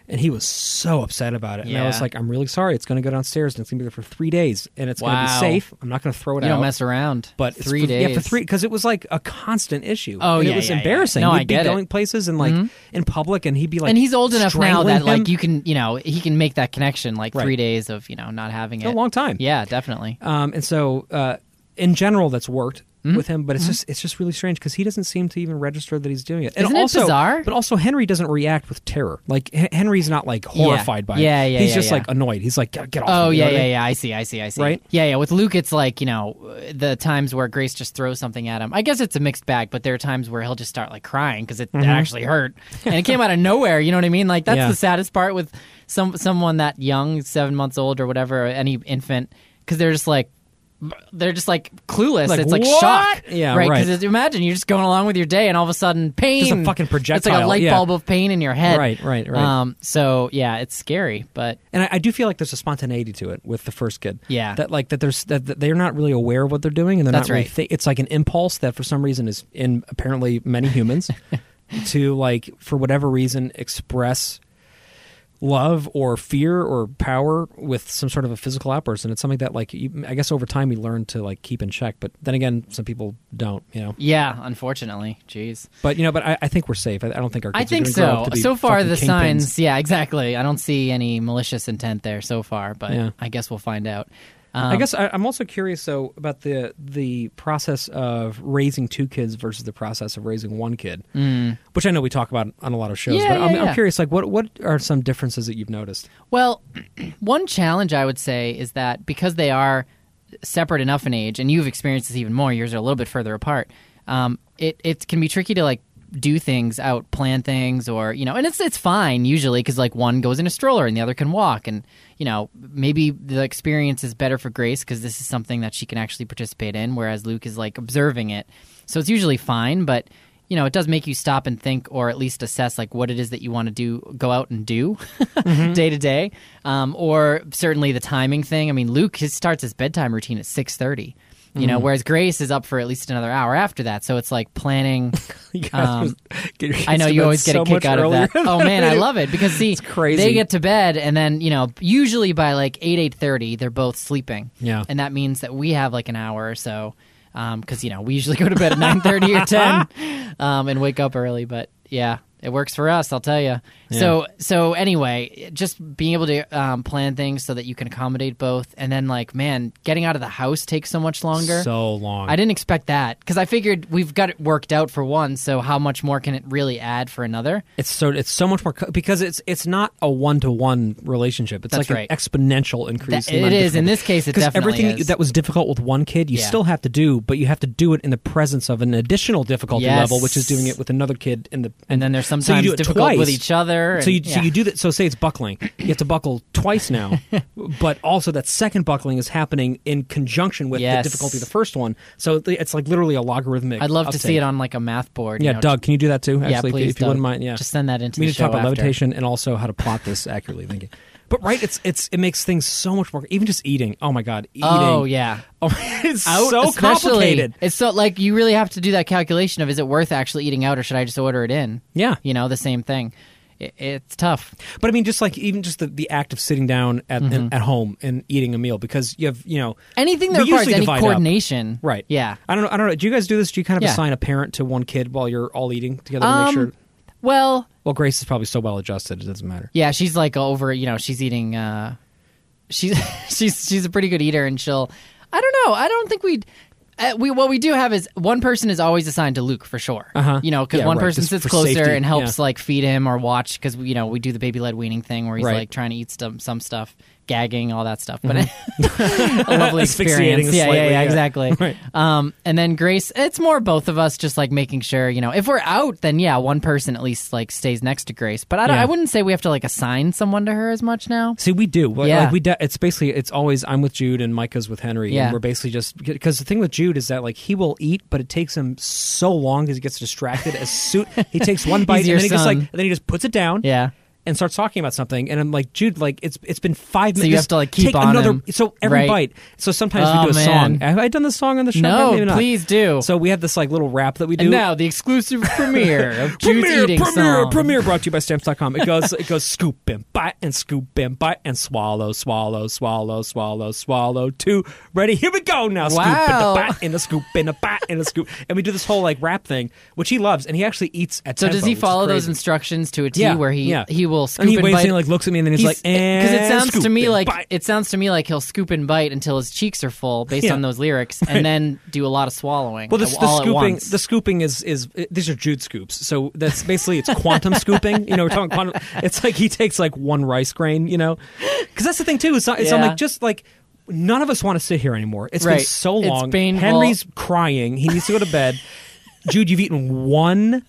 Speaker 2: And he was so upset about it. And I
Speaker 1: Yeah.
Speaker 2: was like, I'm really sorry. It's going to go downstairs and it's going to be there for three days and it's going to
Speaker 1: Wow.
Speaker 2: be safe. I'm not going to throw it
Speaker 1: you
Speaker 2: out.
Speaker 1: don't mess around.
Speaker 2: but it's
Speaker 1: three
Speaker 2: for,
Speaker 1: days.
Speaker 2: Yeah, for three. Because it was like a constant issue.
Speaker 1: Oh,
Speaker 2: and
Speaker 1: yeah,
Speaker 2: It was
Speaker 1: yeah, yeah.
Speaker 2: embarrassing.
Speaker 1: No,
Speaker 2: We'd
Speaker 1: I
Speaker 2: be
Speaker 1: get it. Mm-hmm.
Speaker 2: going places and like in public and he'd be like,
Speaker 1: and he's old enough now
Speaker 2: strangling
Speaker 1: that
Speaker 2: him.
Speaker 1: like you can you know he can make that connection like three
Speaker 2: Right.
Speaker 1: days of you know not having it
Speaker 2: a long time.
Speaker 1: Yeah, definitely.
Speaker 2: Um, and so, uh, in general, that's worked
Speaker 1: Mm-hmm.
Speaker 2: with him, but it's just it's just really strange because he doesn't seem to even register that he's doing it. And
Speaker 1: Isn't it
Speaker 2: also,
Speaker 1: bizarre?
Speaker 2: But also, Henry doesn't react with terror. Like H- Henry's not like horrified by
Speaker 1: Yeah,
Speaker 2: it.
Speaker 1: yeah,
Speaker 2: He's
Speaker 1: yeah,
Speaker 2: just
Speaker 1: yeah.
Speaker 2: like annoyed. He's like, get, get off.
Speaker 1: Oh
Speaker 2: me," you know
Speaker 1: yeah,
Speaker 2: what I
Speaker 1: yeah,
Speaker 2: mean?
Speaker 1: yeah. I see, I see, I see.
Speaker 2: Right?
Speaker 1: Yeah, yeah. With Luke, it's like you know the times where Grace just throws something at him. I guess it's a mixed bag, but there are times where he'll just start like crying because it, it actually hurt, and it came out of nowhere. You know what I mean? Like that's
Speaker 2: Mm-hmm. Yeah.
Speaker 1: the saddest part with some someone that young, seven months old or whatever, or any infant, because they're just like. They're just like clueless.
Speaker 2: Like,
Speaker 1: it's like
Speaker 2: "What?"
Speaker 1: shock,
Speaker 2: Yeah,
Speaker 1: right?
Speaker 2: right.
Speaker 1: Because imagine you're just going along with your day, and all of a sudden, pain.
Speaker 2: fucking
Speaker 1: It's like a
Speaker 2: projectile,
Speaker 1: light
Speaker 2: yeah.
Speaker 1: bulb of pain in your head.
Speaker 2: Right, right, right.
Speaker 1: Um, so yeah, it's scary, but
Speaker 2: And I, I do feel like there's a spontaneity to it with the first kid.
Speaker 1: Yeah.
Speaker 2: that like that there's that, that they're not really aware of what they're doing, and they're
Speaker 1: That's
Speaker 2: not really.
Speaker 1: right.
Speaker 2: Thi- it's like an impulse that for some reason is in apparently many humans to like for whatever reason express love or fear or power with some sort of a physical outburst, and it's something that like you, I guess over time we learn to like keep in check. But then again, some people don't, you know.
Speaker 1: Yeah, unfortunately. Jeez.
Speaker 2: But you know, but I, I think we're safe. I, I don't think our kids
Speaker 1: I think
Speaker 2: are gonna grow
Speaker 1: so.
Speaker 2: up to be
Speaker 1: So far,
Speaker 2: fucking
Speaker 1: the
Speaker 2: kingpins.
Speaker 1: signs. Yeah, exactly. I don't see any malicious intent there so far, but
Speaker 2: Yeah.
Speaker 1: I guess we'll find out.
Speaker 2: I
Speaker 1: Um,
Speaker 2: guess I, I'm also curious though about the the process of raising two kids versus the process of raising one kid, mm. which I know we talk about on a lot of shows.
Speaker 1: Yeah,
Speaker 2: but I'm,
Speaker 1: yeah, yeah.
Speaker 2: I'm curious, like what what are some differences that you've noticed?
Speaker 1: Well, one challenge I would say is that because they are separate enough in age, and you've experienced this even more, yours are a little bit further apart. Um, it it can be tricky to like do things out, plan things, or you know, and it's it's fine usually because like one goes in a stroller and the other can walk, and you know maybe the experience is better for Grace because this is something that she can actually participate in, whereas Luke is like observing it, so it's usually fine, but. You know, it does make you stop and think, or at least assess, like what it is that you want to do, go out and do day to day, Um, or certainly the timing thing. I mean, Luke his, starts his bedtime routine at six thirty. You know, whereas Grace is up for at least another hour after that. So it's like planning.
Speaker 2: You guys
Speaker 1: Um,
Speaker 2: just get your
Speaker 1: I know
Speaker 2: kids to
Speaker 1: you
Speaker 2: bed
Speaker 1: always get
Speaker 2: so
Speaker 1: a kick
Speaker 2: much
Speaker 1: out of
Speaker 2: earlier
Speaker 1: that. Oh
Speaker 2: than
Speaker 1: man,
Speaker 2: we
Speaker 1: I
Speaker 2: do.
Speaker 1: love it because see,
Speaker 2: crazy.
Speaker 1: they get to bed and then you know usually by like eight eight thirty they're both sleeping.
Speaker 2: Yeah.
Speaker 1: and that means that we have like an hour or so um, because you know we usually go to bed at nine thirty or ten um, and wake up early. But yeah, It works for us, I'll tell you. So so anyway, just being able to um, plan things so that you can accommodate both, and then like man, getting out of the house takes so much longer.
Speaker 2: So long.
Speaker 1: I didn't expect that because I figured we've got it worked out for one. So how much more can it really add for another?
Speaker 2: It's so it's so much more co- because it's it's not a one to one relationship. It's
Speaker 1: That's
Speaker 2: like
Speaker 1: right.
Speaker 2: an exponential increase.
Speaker 1: That- it is in this case. It
Speaker 2: because
Speaker 1: definitely
Speaker 2: everything that you-
Speaker 1: is.
Speaker 2: that was difficult with one kid, you
Speaker 1: Yeah.
Speaker 2: still have to do, but you have to do it in the presence of an additional difficulty
Speaker 1: Yes.
Speaker 2: level, which is doing it with another kid in the
Speaker 1: and then there's sometimes
Speaker 2: so you do it
Speaker 1: difficult with
Speaker 2: twice.
Speaker 1: each other.
Speaker 2: So you
Speaker 1: and-
Speaker 2: so
Speaker 1: yeah.
Speaker 2: you do that. So say it's buckling, you have to buckle twice now, but also that second buckling is happening in conjunction with
Speaker 1: Yes.
Speaker 2: the difficulty of the first one. So it- it's like literally a logarithmic.
Speaker 1: I'd love to see
Speaker 2: uptake.
Speaker 1: it on like a math board. you
Speaker 2: Yeah,
Speaker 1: know,
Speaker 2: Doug, can you do that too? Actually,
Speaker 1: Yeah,
Speaker 2: if-
Speaker 1: please,
Speaker 2: if you wouldn't
Speaker 1: Doug.
Speaker 2: mind, yeah,
Speaker 1: Just send that into
Speaker 2: We
Speaker 1: the
Speaker 2: need to talk
Speaker 1: show
Speaker 2: about
Speaker 1: after.
Speaker 2: levitation and also how to plot this accurately. Thank you. But right, it's it's it makes things so much more. Even just eating. Oh my god, eating.
Speaker 1: Oh yeah.
Speaker 2: Oh, it's
Speaker 1: Out
Speaker 2: so
Speaker 1: especially.
Speaker 2: complicated.
Speaker 1: It's so like you really have to do that calculation of is it worth actually eating out or should I just order it in?
Speaker 2: Yeah.
Speaker 1: You know, the same thing. It, it's tough.
Speaker 2: But I mean, just like even just the, the act of sitting down at
Speaker 1: Mm-hmm.
Speaker 2: at home and eating a meal because you have you know
Speaker 1: Anything that
Speaker 2: we
Speaker 1: requires
Speaker 2: usually
Speaker 1: any
Speaker 2: divide up.
Speaker 1: coordination.
Speaker 2: Right.
Speaker 1: Yeah.
Speaker 2: I don't know. I don't know. Do you guys do this? Do you kind of
Speaker 1: Yeah.
Speaker 2: assign a parent to one kid while you're all eating together to
Speaker 1: Um,
Speaker 2: make sure?
Speaker 1: Well,
Speaker 2: Well, Grace is probably so well adjusted; it doesn't matter.
Speaker 1: yeah, she's like over, you know, she's eating uh she's she's she's a pretty good eater and she'll I don't know. I don't think we uh, we what we do have is one person is always assigned to Luke for sure.
Speaker 2: Uh-huh.
Speaker 1: You know, cuz
Speaker 2: Yeah,
Speaker 1: one
Speaker 2: right,
Speaker 1: person
Speaker 2: just
Speaker 1: sits
Speaker 2: for
Speaker 1: closer
Speaker 2: safety,
Speaker 1: and helps
Speaker 2: yeah.
Speaker 1: like feed him or watch cuz you know, we do the baby led weaning thing where he's
Speaker 2: Right.
Speaker 1: like trying to eat some some stuff, gagging, all that stuff. But a lovely
Speaker 2: Mm-hmm. Asphyxiating
Speaker 1: experience. Yeah,
Speaker 2: slightly,
Speaker 1: yeah, yeah,
Speaker 2: yeah.
Speaker 1: exactly.
Speaker 2: Right.
Speaker 1: Um, and then Grace, it's more both of us just like making sure, you know, if we're out, then yeah, one person at least like stays next to Grace. But I, don't,
Speaker 2: Yeah.
Speaker 1: I wouldn't say we have to like assign someone to her as much now.
Speaker 2: See, we do. Like,
Speaker 1: Yeah.
Speaker 2: like, we. De- it's basically it's always I'm with Jude and Micah's with Henry,
Speaker 1: Yeah.
Speaker 2: and we're basically just because the thing with Jude is that like he will eat, but it takes him so long because he gets distracted. As soon he takes one bite, and
Speaker 1: your
Speaker 2: then he just
Speaker 1: son.
Speaker 2: like and then he just puts it down,
Speaker 1: Yeah.
Speaker 2: and starts talking about something. And I'm like, Jude, like it's it's been five minutes.
Speaker 1: you have
Speaker 2: Just
Speaker 1: to, like, keep
Speaker 2: take
Speaker 1: on
Speaker 2: another.
Speaker 1: him.
Speaker 2: So every
Speaker 1: Right.
Speaker 2: bite. So sometimes
Speaker 1: Oh,
Speaker 2: we do a
Speaker 1: man.
Speaker 2: song. Have I done the song on the show?
Speaker 1: No,
Speaker 2: Maybe not.
Speaker 1: please do.
Speaker 2: So we have this like little rap that we do
Speaker 1: and now the exclusive premiere of Jude's
Speaker 2: premiere,
Speaker 1: eating
Speaker 2: premiere,
Speaker 1: song.
Speaker 2: premiere brought to you by stamps.com. It goes it goes scoop and bite and scoop and bite and swallow, swallow, swallow, swallow, swallow. Two. Ready? Here we go now. Scoop and
Speaker 1: Wow.
Speaker 2: a bite and a scoop and a bite and a scoop. And we do this whole like rap thing, which he loves, and he actually eats at
Speaker 1: So does
Speaker 2: tempo,
Speaker 1: he
Speaker 2: which is
Speaker 1: follow those
Speaker 2: crazy.
Speaker 1: instructions to a T
Speaker 2: Yeah,
Speaker 1: where he
Speaker 2: yeah.
Speaker 1: he will scoop
Speaker 2: and he
Speaker 1: and
Speaker 2: waits
Speaker 1: bite?
Speaker 2: and he like looks at me and then he's, like,
Speaker 1: because it
Speaker 2: "And
Speaker 1: sounds to
Speaker 2: scoop
Speaker 1: me
Speaker 2: and
Speaker 1: like
Speaker 2: bite."
Speaker 1: it sounds to me like he'll scoop and bite until his cheeks are full based
Speaker 2: Yeah.
Speaker 1: on those lyrics, and then do a lot of swallowing.
Speaker 2: Well, the,
Speaker 1: all
Speaker 2: the
Speaker 1: at
Speaker 2: scooping,
Speaker 1: once.
Speaker 2: the scooping is is these are Jude scoops. So that's basically it's quantum scooping. You know, we're talking quantum. It's like he takes like one rice grain. You know, because that's the thing too. It's not. It's
Speaker 1: Yeah.
Speaker 2: I'm like just like. None of us want to sit here anymore. It's
Speaker 1: Right.
Speaker 2: been so
Speaker 1: It's
Speaker 2: long.
Speaker 1: painful.
Speaker 2: Henry's crying. He needs to go to bed. Jude, you've eaten one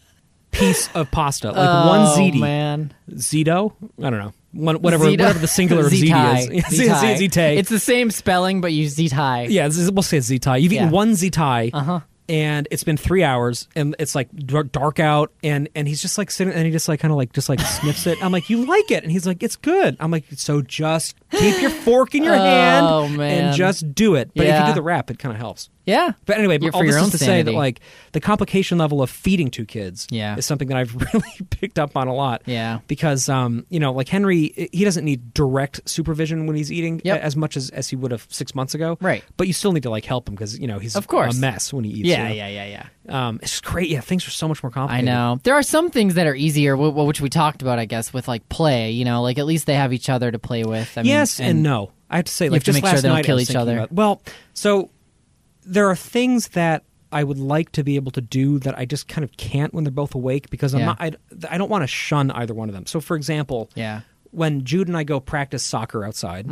Speaker 2: piece of pasta, like one
Speaker 1: Oh,
Speaker 2: ziti.
Speaker 1: man.
Speaker 2: Zito? I don't know. One, whatever,
Speaker 1: Zeta-
Speaker 2: whatever the singular of
Speaker 1: Zetai.
Speaker 2: ziti is. Z-
Speaker 1: Zetai.
Speaker 2: Z- Zetai.
Speaker 1: It's the same spelling, but you zetai.
Speaker 2: Yeah, this is- we'll say Z tie. You've
Speaker 1: Yeah. Uh-huh.
Speaker 2: eaten one Z tie, and it's been three hours, and it's like dar- dark out, and and he's just like sitting, and he just like kind of like just like sniffs it. I'm like, you like it, and he's like, it's good. I'm like, so just keep your fork in your
Speaker 1: Oh,
Speaker 2: hand
Speaker 1: man.
Speaker 2: and just do it. But if
Speaker 1: Yeah.
Speaker 2: you do the rap, it kind of helps.
Speaker 1: Yeah.
Speaker 2: But anyway,
Speaker 1: You're-
Speaker 2: all
Speaker 1: for
Speaker 2: this
Speaker 1: your
Speaker 2: is
Speaker 1: own
Speaker 2: to say
Speaker 1: sanity.
Speaker 2: that like the complication level of feeding two kids
Speaker 1: Yeah.
Speaker 2: is something that I've really picked up on a lot.
Speaker 1: Yeah.
Speaker 2: Because um, you know, like Henry he doesn't need direct supervision when he's eating
Speaker 1: Yep.
Speaker 2: a- as much as, as he would have 6 months ago.
Speaker 1: Right.
Speaker 2: But you still need to like help him cuz you know, he's
Speaker 1: Of course.
Speaker 2: a mess when he eats.
Speaker 1: Yeah,
Speaker 2: you
Speaker 1: yeah, yeah, yeah.
Speaker 2: know? Um it's just great. Yeah, things are so much more
Speaker 1: I
Speaker 2: complicated.
Speaker 1: know. There are some things that are easier, wh- wh- which we talked about, I guess, with like play, you know, like at least they have each other to play with. I mean,
Speaker 2: yes and, no. I have to say, like,
Speaker 1: have to
Speaker 2: just
Speaker 1: make sure
Speaker 2: last
Speaker 1: they don't
Speaker 2: night I
Speaker 1: kill
Speaker 2: was
Speaker 1: each
Speaker 2: thinking
Speaker 1: other.
Speaker 2: about- well, so there are things that I would like to be able to do that I just kind of can't when they're both awake because I'm
Speaker 1: Yeah.
Speaker 2: not. I, I don't want to shun either one of them. So, for example,
Speaker 1: Yeah. Mm-hmm.
Speaker 2: when Jude and I go practice soccer outside.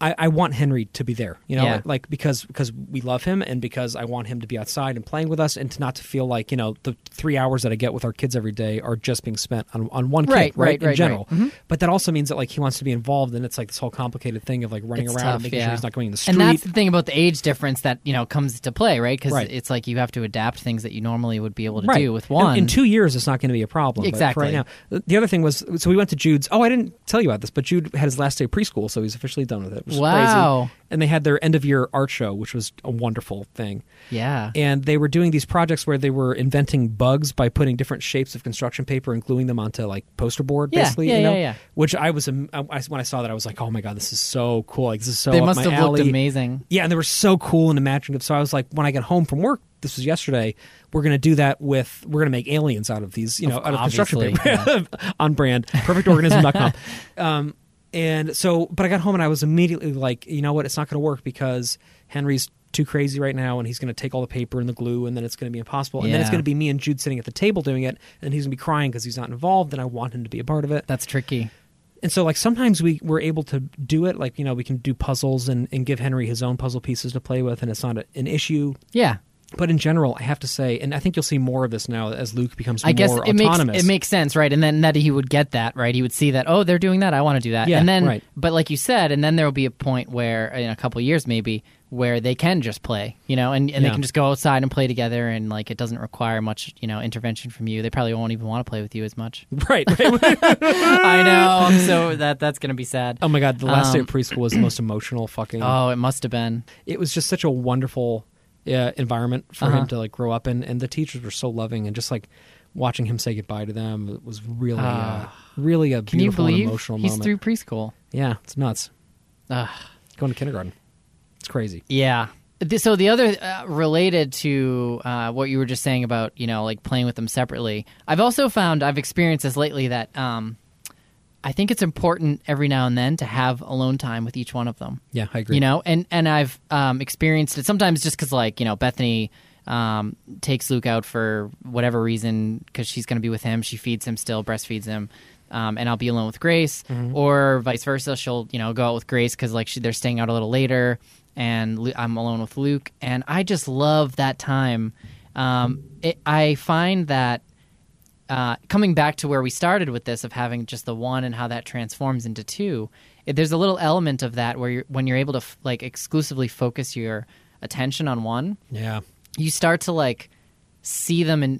Speaker 2: I, I want Henry to be there, you know,
Speaker 1: Yeah.
Speaker 2: like because because we love him and because I want him to be outside and playing with us and to not to feel like you know the three hours that I get with our kids every day are just being spent on on one kid,
Speaker 1: Right,
Speaker 2: right?
Speaker 1: right, right,
Speaker 2: in general,
Speaker 1: right. Mhm.
Speaker 2: but that also means that like he wants to be involved and it's like this whole complicated thing of like running
Speaker 1: It's
Speaker 2: around
Speaker 1: tough,
Speaker 2: and making
Speaker 1: yeah.
Speaker 2: sure he's not going in the street.
Speaker 1: And that's the thing about the age difference that, you know, comes to play, right? Because
Speaker 2: Right.
Speaker 1: it's like you have to adapt things that you normally would be able to
Speaker 2: right.
Speaker 1: do with
Speaker 2: In-
Speaker 1: one.
Speaker 2: In, two years, it's not going to be a problem. but for
Speaker 1: Exactly.
Speaker 2: right now, th- the other thing was so we went to Jude's. Oh, I didn't tell you about this, but Jude had his last day of preschool, so he's officially done with it. Which is
Speaker 1: Wow.
Speaker 2: Crazy. And they had their end of year art show, which was a wonderful thing.
Speaker 1: yeah.
Speaker 2: And they were doing these projects where they were inventing bugs by putting different shapes of construction paper and gluing them onto like poster board,
Speaker 1: Yeah,
Speaker 2: basically.
Speaker 1: yeah,
Speaker 2: you know?
Speaker 1: yeah, yeah.
Speaker 2: Which I was am- I, I- when I saw that, I was like, oh my god, this is so cool! Like this is so.
Speaker 1: they
Speaker 2: up
Speaker 1: must
Speaker 2: my
Speaker 1: have looked
Speaker 2: alley.
Speaker 1: amazing.
Speaker 2: Yeah, and they were so cool and imaginative. So I was like, when I got home from work this was yesterday. We're going to do that with we're going to make aliens out of these, you know, out of construction paper
Speaker 1: obviously,
Speaker 2: on brand. Perfectorganism.com. um, and so, but I got home and I was immediately like, you know what? It's not going to work because Henry's too crazy right now, and he's going to take all the paper and the glue, and then it's going to be impossible. And then it's
Speaker 1: Yeah.
Speaker 2: going to be me and Jude sitting at the table doing it, and he's going to be crying because he's not involved, and I want him to be a part of it
Speaker 1: That's tricky.
Speaker 2: and so like sometimes we we're able to do it like you know we can do puzzles and, and give henry his own puzzle pieces to play with and it's not a, an issue
Speaker 1: Yeah.
Speaker 2: but in general i have to say and i think you'll see more of this now as luke becomes
Speaker 1: I
Speaker 2: more
Speaker 1: guess it makes
Speaker 2: autonomous
Speaker 1: it makes sense, right? And then that he would get that, right? He would see that, oh, they're doing that, I want to do that.
Speaker 2: Yeah,
Speaker 1: and then
Speaker 2: right.
Speaker 1: but like you said, and then there will be a point where in a couple years maybe where they can just play, you know, and, and
Speaker 2: Yeah.
Speaker 1: they can just go outside and play together and like it doesn't require much, you know, intervention from you. They probably won't even want to play with you as much.
Speaker 2: right, right.
Speaker 1: I know. I'm so that that's gonna be sad.
Speaker 2: oh my god the last day
Speaker 1: Um,
Speaker 2: of preschool was the most emotional fucking
Speaker 1: Oh, it must have been.
Speaker 2: it was just such a wonderful uh, environment for
Speaker 1: Uh-huh.
Speaker 2: him to like grow up in and the teachers were so loving and just like watching him say goodbye to them was really uh,
Speaker 1: Ah.
Speaker 2: really a
Speaker 1: Can you
Speaker 2: beautiful and
Speaker 1: believe he's
Speaker 2: emotional moment
Speaker 1: through Ah. preschool?
Speaker 2: yeah it's nuts
Speaker 1: Ugh.
Speaker 2: going to kindergarten it's crazy
Speaker 1: Yeah. Th- So the other uh, related to uh, what you were just saying about you know like playing with them separately. I've also found I've experienced this lately that um, I think it's important every now and then to have alone time with each one of them.
Speaker 2: yeah i agree
Speaker 1: You know, and and I've um, experienced it sometimes just because like you know Bethany um, takes Luke out for whatever reason because she's going to be with him. She feeds him still, breastfeeds him. Um, and I'll be alone with Grace,
Speaker 2: Mm-hmm.
Speaker 1: or vice versa. She'll, you know, go out with Grace because like she, they're staying out a little later, and Lu- I'm alone with Luke. And I just love that time. Um, it, I find that uh, coming back to where we started with this of having just the one and how that transforms into two it, there's a little element of that where you're, when you're able to f- like exclusively focus your attention on one
Speaker 2: yeah
Speaker 1: you start to like see them in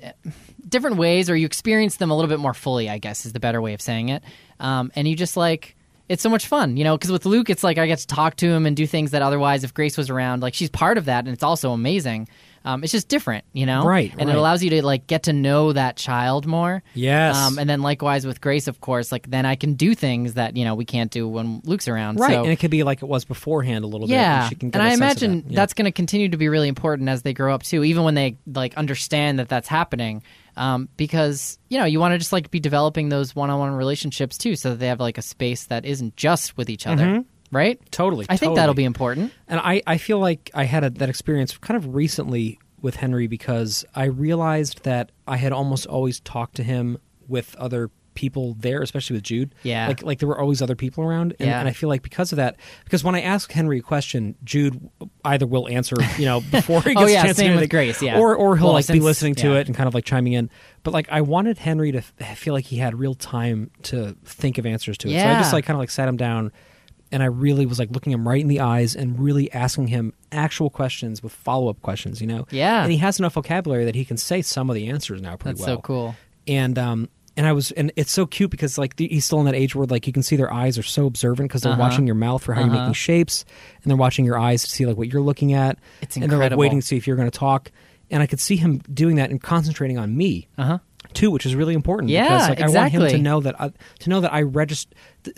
Speaker 1: different ways or you experience them a little bit more fully i guess is the better way of saying it um, and you just like it's so much fun you know because with luke it's like i get to talk to him and do things that otherwise if grace was around like she's part of that and it's also amazing um, it's just different you know
Speaker 2: Right,
Speaker 1: and it
Speaker 2: right.
Speaker 1: allows you to like get to know that child more
Speaker 2: Yes.
Speaker 1: um, and then likewise with grace of course like then i can do things that you know we can't do when luke's around
Speaker 2: right
Speaker 1: so,
Speaker 2: and it could be like it was beforehand a little bit and, she can get a
Speaker 1: I
Speaker 2: sense of
Speaker 1: imagine
Speaker 2: that. Yeah.
Speaker 1: that's going to continue to be really important as they grow up too, even when they like understand that that's happening. Um, because you know you want to just like be developing those one-on-one relationships too, so that they have like a space that isn't just with each other, right?
Speaker 2: Mm-hmm. totally
Speaker 1: I think
Speaker 2: totally.
Speaker 1: that'll be important.
Speaker 2: and i i feel like i had a, that experience kind of recently with henry because i realized that i had almost always talked to him with other people there especially with jude
Speaker 1: Yeah.
Speaker 2: like like there were always other people around and,
Speaker 1: Yeah.
Speaker 2: and i feel like because of that because when i ask henry a question jude either will answer you know before he
Speaker 1: Oh,
Speaker 2: gets a
Speaker 1: yeah,
Speaker 2: chance to
Speaker 1: same
Speaker 2: do
Speaker 1: with
Speaker 2: anything,
Speaker 1: Grace, yeah.
Speaker 2: or or he'll
Speaker 1: Well,
Speaker 2: like be
Speaker 1: since-
Speaker 2: listening to
Speaker 1: yeah.
Speaker 2: it and kind of like chiming in but like i wanted henry to f- feel like he had real time to think of answers to it so i just
Speaker 1: Yeah.
Speaker 2: like kind of like sat him down and I really was like looking him right in the eyes and really asking him actual questions with follow up questions, you know?
Speaker 1: Yeah.
Speaker 2: And he has enough vocabulary that he can say some of the answers now pretty
Speaker 1: That's
Speaker 2: well.
Speaker 1: so cool.
Speaker 2: And, um, and I was, and it's so cute because like the, he's still in that age where like you can see their eyes are so observant because they're
Speaker 1: Uh-huh.
Speaker 2: watching your mouth for how you're making shapes, and they're watching your eyes to see like what you're looking at.
Speaker 1: It's
Speaker 2: And they're like
Speaker 1: incredible.
Speaker 2: waiting to see if you're going to talk. And I could see him doing that and concentrating on me
Speaker 1: Uh-huh.
Speaker 2: too, which is really important.
Speaker 1: Yeah,
Speaker 2: because, like, I want him to
Speaker 1: exactly.
Speaker 2: know that I, to know that I register.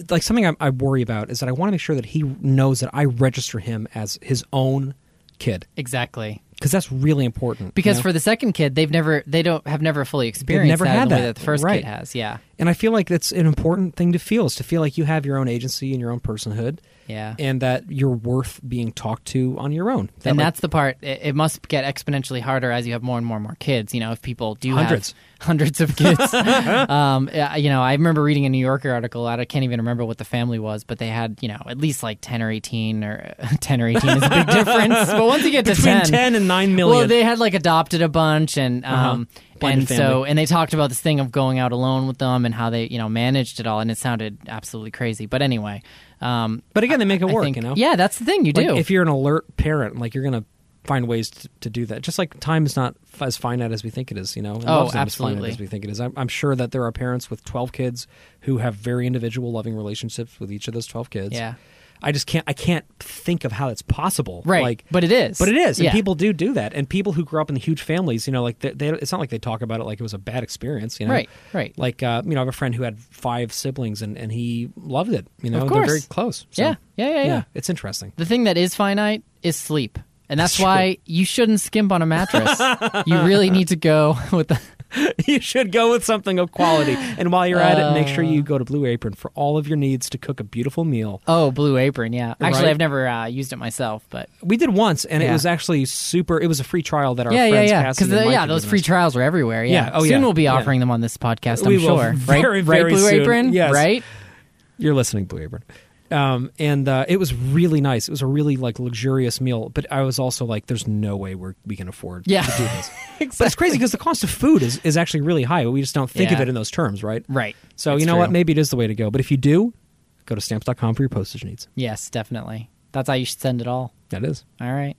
Speaker 2: Like something I, I worry about is that I want to make sure that he knows that I register him as his own kid
Speaker 1: Exactly.
Speaker 2: because that's really important.
Speaker 1: Because
Speaker 2: you know?
Speaker 1: for the second kid, they've never they don't have never fully experienced
Speaker 2: never
Speaker 1: that in
Speaker 2: had
Speaker 1: the way
Speaker 2: that.
Speaker 1: that the first
Speaker 2: Right.
Speaker 1: kid has. Yeah.
Speaker 2: and I feel like that's an important thing to feel is to feel like you have your own agency and your own personhood.
Speaker 1: Yeah.
Speaker 2: and that you're worth being talked to on your own. That,
Speaker 1: and
Speaker 2: like,
Speaker 1: that's the part. It, it must get exponentially harder as you have more and more and more kids. You know, if people do
Speaker 2: Hundreds.
Speaker 1: have hundreds of kids. um, yeah, you know, I remember reading a New Yorker article. I can't even remember what the family was, but they had you know at least like ten or eighteen or ten or eighteen is a big difference. But once you get to
Speaker 2: between ten and nine million. Uh-huh.
Speaker 1: well, they had like adopted a bunch, and um,
Speaker 2: Blended
Speaker 1: and so
Speaker 2: family.
Speaker 1: and they talked about this thing of going out alone with them and how they you know managed it all, and it sounded absolutely crazy. But anyway, um,
Speaker 2: but again, they make it
Speaker 1: I
Speaker 2: work.
Speaker 1: think-
Speaker 2: you know,
Speaker 1: yeah, that's the thing you
Speaker 2: Like,
Speaker 1: do.
Speaker 2: if you're an alert parent, like you're gonna find ways to, to do that. Just like time is not f- as finite as we think it is. You know, and
Speaker 1: Oh,
Speaker 2: love's not as finite
Speaker 1: absolutely.
Speaker 2: as we think it is. I'm, I'm sure that there are parents with 12 kids who have very individual, loving relationships with each of those 12 kids.
Speaker 1: Yeah.
Speaker 2: I just can't. I can't think of how that's possible.
Speaker 1: Right,
Speaker 2: Like,
Speaker 1: but it is.
Speaker 2: But it is, and
Speaker 1: Yeah.
Speaker 2: people do do that. And people who grow up in huge families, you know, like they, they, it's not like they talk about it like it was a bad experience. You know,
Speaker 1: Right, right.
Speaker 2: Like, uh, you know, I have a friend who had five siblings, and, and he loved it. You know,
Speaker 1: Of
Speaker 2: they're very
Speaker 1: course.
Speaker 2: close. So,
Speaker 1: Yeah. Yeah, yeah, yeah.
Speaker 2: It's interesting.
Speaker 1: The thing that is finite is sleep. And that's, why you shouldn't skimp on a mattress. you really need to go with the.
Speaker 2: you should go with something of quality. And while you're at it, make sure
Speaker 1: Uh.
Speaker 2: you go to Blue Apron for all of your needs to cook a beautiful meal.
Speaker 1: Oh, Blue Apron, yeah. Actually,
Speaker 2: Right.
Speaker 1: I've never uh, used it myself, but.
Speaker 2: We did once, and it
Speaker 1: Yeah.
Speaker 2: was actually super. It was a free trial that our
Speaker 1: yeah, yeah,
Speaker 2: friends
Speaker 1: yeah.
Speaker 2: Cassidy
Speaker 1: Because
Speaker 2: and Mike
Speaker 1: yeah,
Speaker 2: had
Speaker 1: those
Speaker 2: given
Speaker 1: free
Speaker 2: us.
Speaker 1: trials are everywhere. Yeah.
Speaker 2: Yeah, oh,
Speaker 1: soon
Speaker 2: yeah,
Speaker 1: we'll be
Speaker 2: yeah.
Speaker 1: offering them on this podcast. I'm
Speaker 2: We will
Speaker 1: sure.
Speaker 2: very,
Speaker 1: right,
Speaker 2: very
Speaker 1: right, Blue
Speaker 2: soon.
Speaker 1: Apron.
Speaker 2: Yes.
Speaker 1: Right.
Speaker 2: You're listening, Blue Apron. Um, and uh, it was really nice. It was a really like luxurious meal, but I was also like, "There's no way we we can afford
Speaker 1: Yeah.
Speaker 2: to do this." But it's crazy because the cost of food is is actually really high. We just don't think of
Speaker 1: Yeah.
Speaker 2: it in those terms, right?
Speaker 1: Right.
Speaker 2: So
Speaker 1: That's
Speaker 2: you know
Speaker 1: true.
Speaker 2: what? Maybe it is the way to go. But if you do, go to stamps.com for your postage needs.
Speaker 1: Yes, definitely. That's how you should send it all.
Speaker 2: That is.
Speaker 1: All right.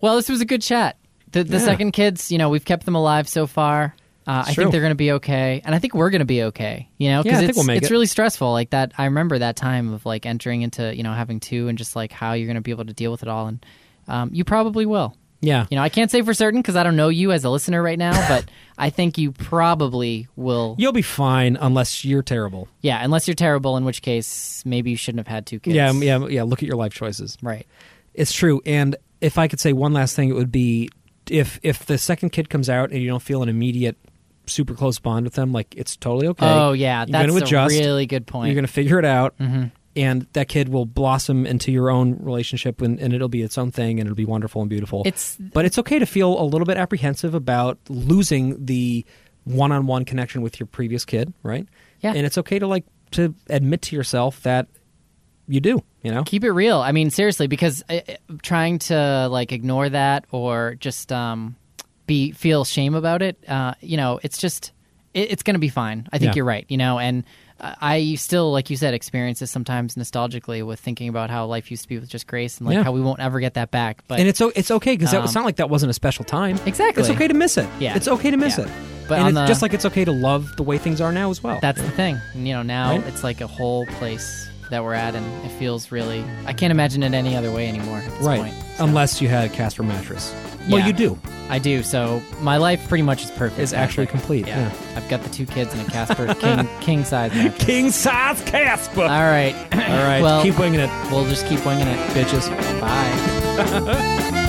Speaker 1: Well, this was a good chat. The, the
Speaker 2: Yeah.
Speaker 1: second kids, you know, we've kept them alive so far. Uh, I
Speaker 2: true.
Speaker 1: think they're going to be okay, and I think we're going to be okay. You know,
Speaker 2: Yeah, I
Speaker 1: because
Speaker 2: think
Speaker 1: it's
Speaker 2: we'll make
Speaker 1: it's
Speaker 2: it.
Speaker 1: really stressful. Like that, I remember that time of like entering into you know having two and just like how you're going to be able to deal with it all, and um, you probably will.
Speaker 2: Yeah.
Speaker 1: You know, I can't say for certain because I don't know you as a listener right now, but I think you probably will.
Speaker 2: You'll be fine unless you're terrible.
Speaker 1: Yeah, unless you're terrible, in which case maybe you shouldn't have had two kids.
Speaker 2: Yeah, um, yeah, yeah. Look at your life choices.
Speaker 1: Right.
Speaker 2: It's true. And if I could say one last thing, it would be if if the second kid comes out and you don't feel an immediate, super close bond with them, like it's totally okay.
Speaker 1: Oh yeah,
Speaker 2: You're
Speaker 1: that's
Speaker 2: gonna adjust.
Speaker 1: a really good point. Mm-hmm.
Speaker 2: You're going to figure it out, and that kid will blossom into your own relationship, and, and it'll be its own thing, and it'll be wonderful and beautiful.
Speaker 1: It's-
Speaker 2: but it's okay to feel a little bit apprehensive about losing the one-on-one connection with your previous kid, right?
Speaker 1: Yeah.
Speaker 2: and it's okay to like to admit to yourself that you do. You know,
Speaker 1: keep it real i mean seriously because uh, uh, trying to like ignore that or just um be feel shame about it uh you know it's just it, it's gonna be fine i think
Speaker 2: Yeah.
Speaker 1: you're right you know and uh, i still like you said experience this sometimes nostalgically with thinking about how life used to be with just grace and like
Speaker 2: Yeah.
Speaker 1: how we won't ever get that back but
Speaker 2: and it's o- it's okay because
Speaker 1: Um,
Speaker 2: it's not like that wasn't a special time.
Speaker 1: Exactly.
Speaker 2: it's okay to miss it.
Speaker 1: Yeah.
Speaker 2: it's okay to miss
Speaker 1: Yeah.
Speaker 2: it.
Speaker 1: But
Speaker 2: and
Speaker 1: on
Speaker 2: it's
Speaker 1: the-
Speaker 2: just like it's okay to love the way things are now as well.
Speaker 1: that's the thing And, you know now
Speaker 2: Right.
Speaker 1: it's like a whole place that we're at and it feels really i can't imagine it any other way anymore at this
Speaker 2: right,
Speaker 1: point
Speaker 2: unless you had a Casper mattress. Well,
Speaker 1: Yeah.
Speaker 2: you do.
Speaker 1: I do. So my life pretty much is perfect.
Speaker 2: Is actually complete,
Speaker 1: Yeah. I've got the two kids and a Casper king king size mattress.
Speaker 2: King size Casper.
Speaker 1: All right.
Speaker 2: All right,
Speaker 1: Well,
Speaker 2: keep winging it,
Speaker 1: we'll just keep winging it.
Speaker 2: bitches.
Speaker 1: Bye.